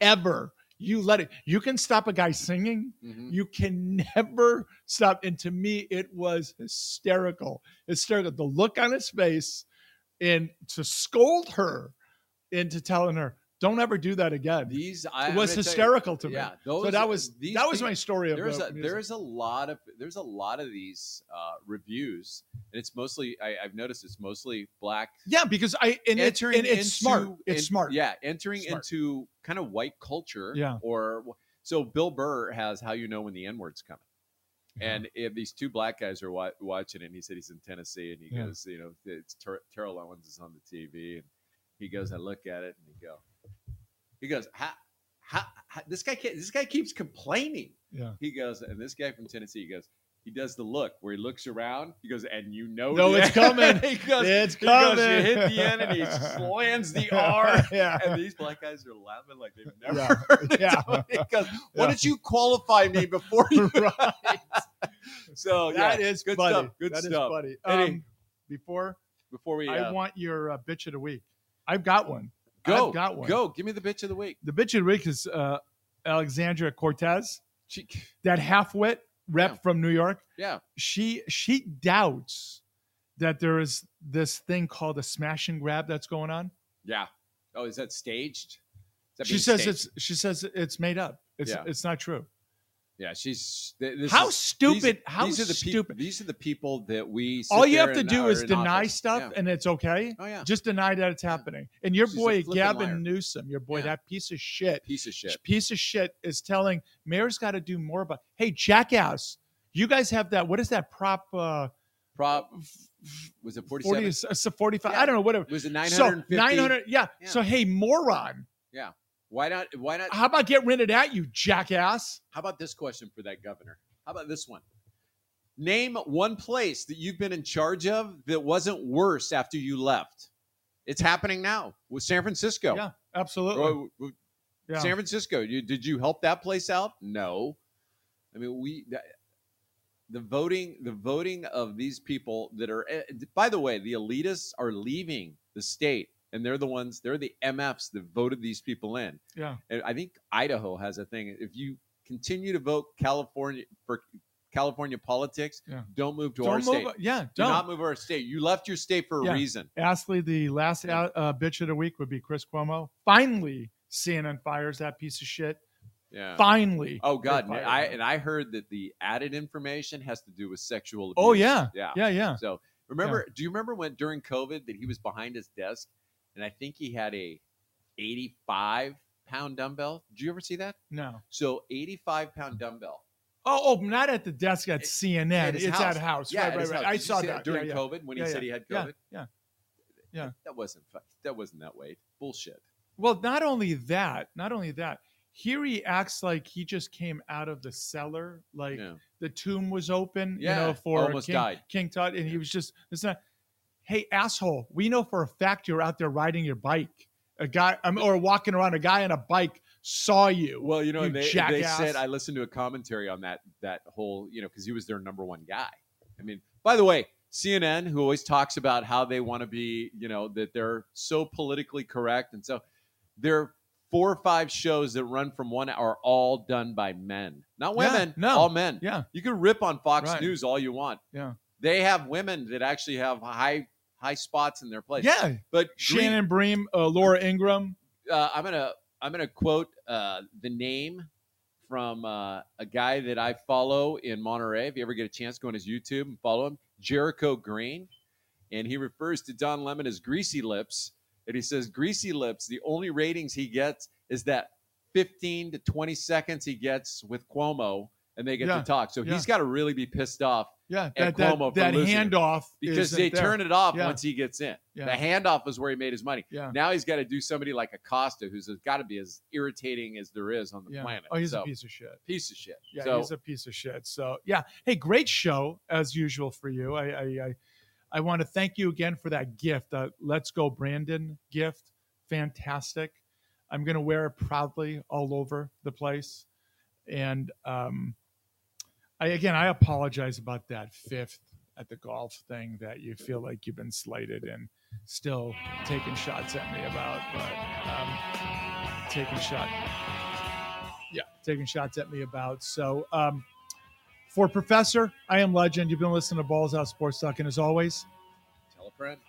S5: ever. You let it. You can stop a guy singing.
S6: Mhm.
S5: You can never stop. And to me, it was hysterical. Hysterical. The look on his face and to scold her into telling her, don't ever do that again.
S6: These I,
S5: it
S6: I'm
S5: was
S6: gonna tell you-
S5: hysterical to me.
S6: Yeah, those,
S5: so that was
S6: these
S5: that was
S6: peop-
S5: my story of
S6: there's
S5: the
S6: a
S5: music.
S6: there's a lot of there's a lot of these uh, reviews, and it's mostly I, I've noticed it's mostly black.
S5: yeah, because I and it's and
S6: entering
S5: it's smart.
S6: into-
S5: It's
S6: in-
S5: smart.
S6: Yeah, entering
S5: Smart.
S6: into kind of white culture.
S5: Yeah.
S6: Or so Bill Burr has how you know when the N word's coming.
S5: Yeah.
S6: And if these two black guys are wa- watching it, and he said he's in Tennessee, and he
S5: Yeah.
S6: goes, you know, it's Ter- Terrell Owens is on the TV, and he goes, I look at it, and he go, he goes, how, how, how this guy, can't, this guy keeps complaining.
S5: Yeah.
S6: He goes, and this guy from Tennessee, he goes, he does the look where he looks around, he goes, and you know,
S5: No,
S6: the
S5: it's
S6: N."
S5: coming.
S6: he goes,
S5: It's
S6: he goes,
S5: coming.
S6: you hit the N, and he slams the R.
S5: yeah.
S6: And these black guys are laughing like they've never
S5: Yeah.
S6: heard it.
S5: Yeah.
S6: He goes,
S5: Yeah.
S6: "Why did you qualify me before you?"
S5: Right.
S6: So yeah,
S5: That is
S6: Oh, good
S5: funny.
S6: stuff. Good
S5: That is
S6: stuff.
S5: funny.
S6: Eddie.
S5: Um, before
S6: Before we
S5: I
S6: uh,
S5: want your uh, bitch of the week. I've got one.
S6: go,
S5: I've got one.
S6: go, give me the bitch of the week.
S5: The bitch of the week is uh, Alexandra Cortez,
S6: She,
S5: that halfwit rep
S6: Yeah.
S5: from New York.
S6: yeah,
S5: She she doubts that there is this thing called a smash and grab that's going on.
S6: yeah. Oh, is that staged? Is that
S5: She
S6: being
S5: says
S6: staged?
S5: it's she says it's made up. It's
S6: Yeah.
S5: it's not true.
S6: yeah. She's th- this
S5: how
S6: is-
S5: stupid!
S6: These,
S5: how
S6: these are the peop-
S5: stupid!
S6: these are the people that we. sit
S5: All you
S6: there
S5: have to
S6: and
S5: do
S6: are
S5: is
S6: in
S5: deny
S6: office.
S5: stuff,
S6: Yeah.
S5: and it's okay.
S6: Oh yeah,
S5: Just deny that it's
S6: Yeah.
S5: happening. And your
S6: She's a
S5: boy
S6: flippin'
S5: Gavin
S6: liar.
S5: Newsom, your boy,
S6: Yeah.
S5: that piece of shit,
S6: piece of shit.
S5: piece of shit is telling mayor's got to do more about hey jackass you guys have that what is that prop uh
S6: Prop was it
S5: 40
S6: forty-seven?
S5: is- uh, so 45
S6: Yeah.
S5: i don't know whatever
S6: Was it
S5: so
S6: 950?
S5: 900 yeah.
S6: Yeah.
S5: so hey moron
S6: Why not? Why not?
S5: how about get rented at you jackass
S6: How about this question for that governor? How about this one? Name one place that you've been in charge of that wasn't worse after you left. It's happening now with San Francisco.
S5: Yeah, absolutely
S6: Or- or-
S5: yeah.
S6: San Francisco. You, did you help that place out? No. I mean, we that- the voting the voting of these people that are eh, by the way, the elitists are leaving the state and they're the ones they're the MFs that voted these people in.
S5: yeah
S6: And I think Idaho has a thing. If you continue to vote California for California politics,
S5: Yeah.
S6: don't move to our
S5: don't
S6: state.
S5: move yeah
S6: Do not
S5: don't
S6: move to our state. You left your state for
S5: Yeah.
S6: a reason.
S5: Astley, the last out- uh, bitch of the week would be Chris Cuomo. Finally, CNN fires that piece of shit.
S6: Yeah.
S5: Finally.
S6: Oh
S5: they
S6: God! And
S5: fired
S6: I
S5: him.
S6: and I heard that the added information has to do with sexual abuse.
S5: Oh, yeah.
S6: yeah,
S5: yeah, yeah.
S6: So remember, do you remember when during COVID that he was behind his desk, and I think he had a eighty-five pound dumbbell. Did you ever see that?
S5: No.
S6: So 85 pound dumbbell
S5: Oh, oh, not at the desk at CNN.
S6: At his
S5: it's
S6: house.
S5: at house.
S6: Yeah,
S5: right,
S6: at
S5: right,
S6: his
S5: right.
S6: house.
S5: I
S6: Did you
S5: saw
S6: see
S5: that
S6: during
S5: yeah, yeah.
S6: COVID when
S5: Yeah,
S6: he
S5: yeah,
S6: said he had
S5: yeah,
S6: COVID.
S5: yeah. Yeah.
S6: that wasn't fu- that wasn't that way. Bullshit.
S5: Well, not only that, not only that. Here he acts like he just came out of the cellar, like
S6: Yeah.
S5: the tomb was open, you
S6: Yeah,
S5: know, for
S6: almost
S5: King,
S6: died.
S5: King Tut, and he was just it's not. Hey, asshole! We know for a fact you're out there riding your bike. A guy, um, or walking around. A guy on a bike saw you.
S6: Well, you know,
S5: You
S6: and they, they
S5: jackass.
S6: said I listened to a commentary on that that whole, you know, because he was their number one guy. I mean, by the way, CNN, who always talks about how they want to be, you know, that they're so politically correct, and so their four or five shows that run from one hour are all done by men, not
S5: Yeah,
S6: women,
S5: no.
S6: all men.
S5: yeah,
S6: You can rip on Fox
S5: Right.
S6: News all you want.
S5: Yeah.
S6: they have women that actually have high high spots in their place.
S5: yeah.
S6: but Green-
S5: Shannon Bream, uh, Laura Ingram.
S6: uh, I'm gonna I'm gonna quote uh, the name from uh, a guy that I follow in Monterey. If you ever get a chance, go on his YouTube and follow him, Jericho Green, and he refers to Don Lemon as Greasy Lips, and he says Greasy Lips. The only ratings he gets is that 15 to 20 seconds he gets with Cuomo, and they get
S5: Yeah,
S6: to talk. So
S5: yeah.
S6: he's got to really be pissed off
S5: Yeah,
S6: And
S5: that that,
S6: Cuomo for
S5: that
S6: losing it.
S5: handoff
S6: because
S5: isn't
S6: they
S5: there.
S6: turn it off
S5: Yeah.
S6: once he gets in.
S5: Yeah.
S6: The handoff is where he made his money.
S5: Yeah.
S6: Now he's got to do somebody like Acosta, who's got to be as irritating as there is on the
S5: Yeah.
S6: planet.
S5: Oh, he's
S6: so,
S5: a piece of shit.
S6: piece of shit.
S5: Yeah,
S6: so,
S5: he's a piece of shit. So yeah, hey, great show as usual for you. I I I, I want to thank you again for that gift. Uh, Let's go, Brandon gift, fantastic. I'm gonna wear it proudly all over the place, and um, I again I apologize about that fifth at the golf thing that you feel like you've been slighted and still taking shots at me about, but um, taking shot yeah, taking shots at me about. So, um, for Professor, I am Legend. You've been listening to Balls Out Sports Talk, and as always,
S6: tell a friend.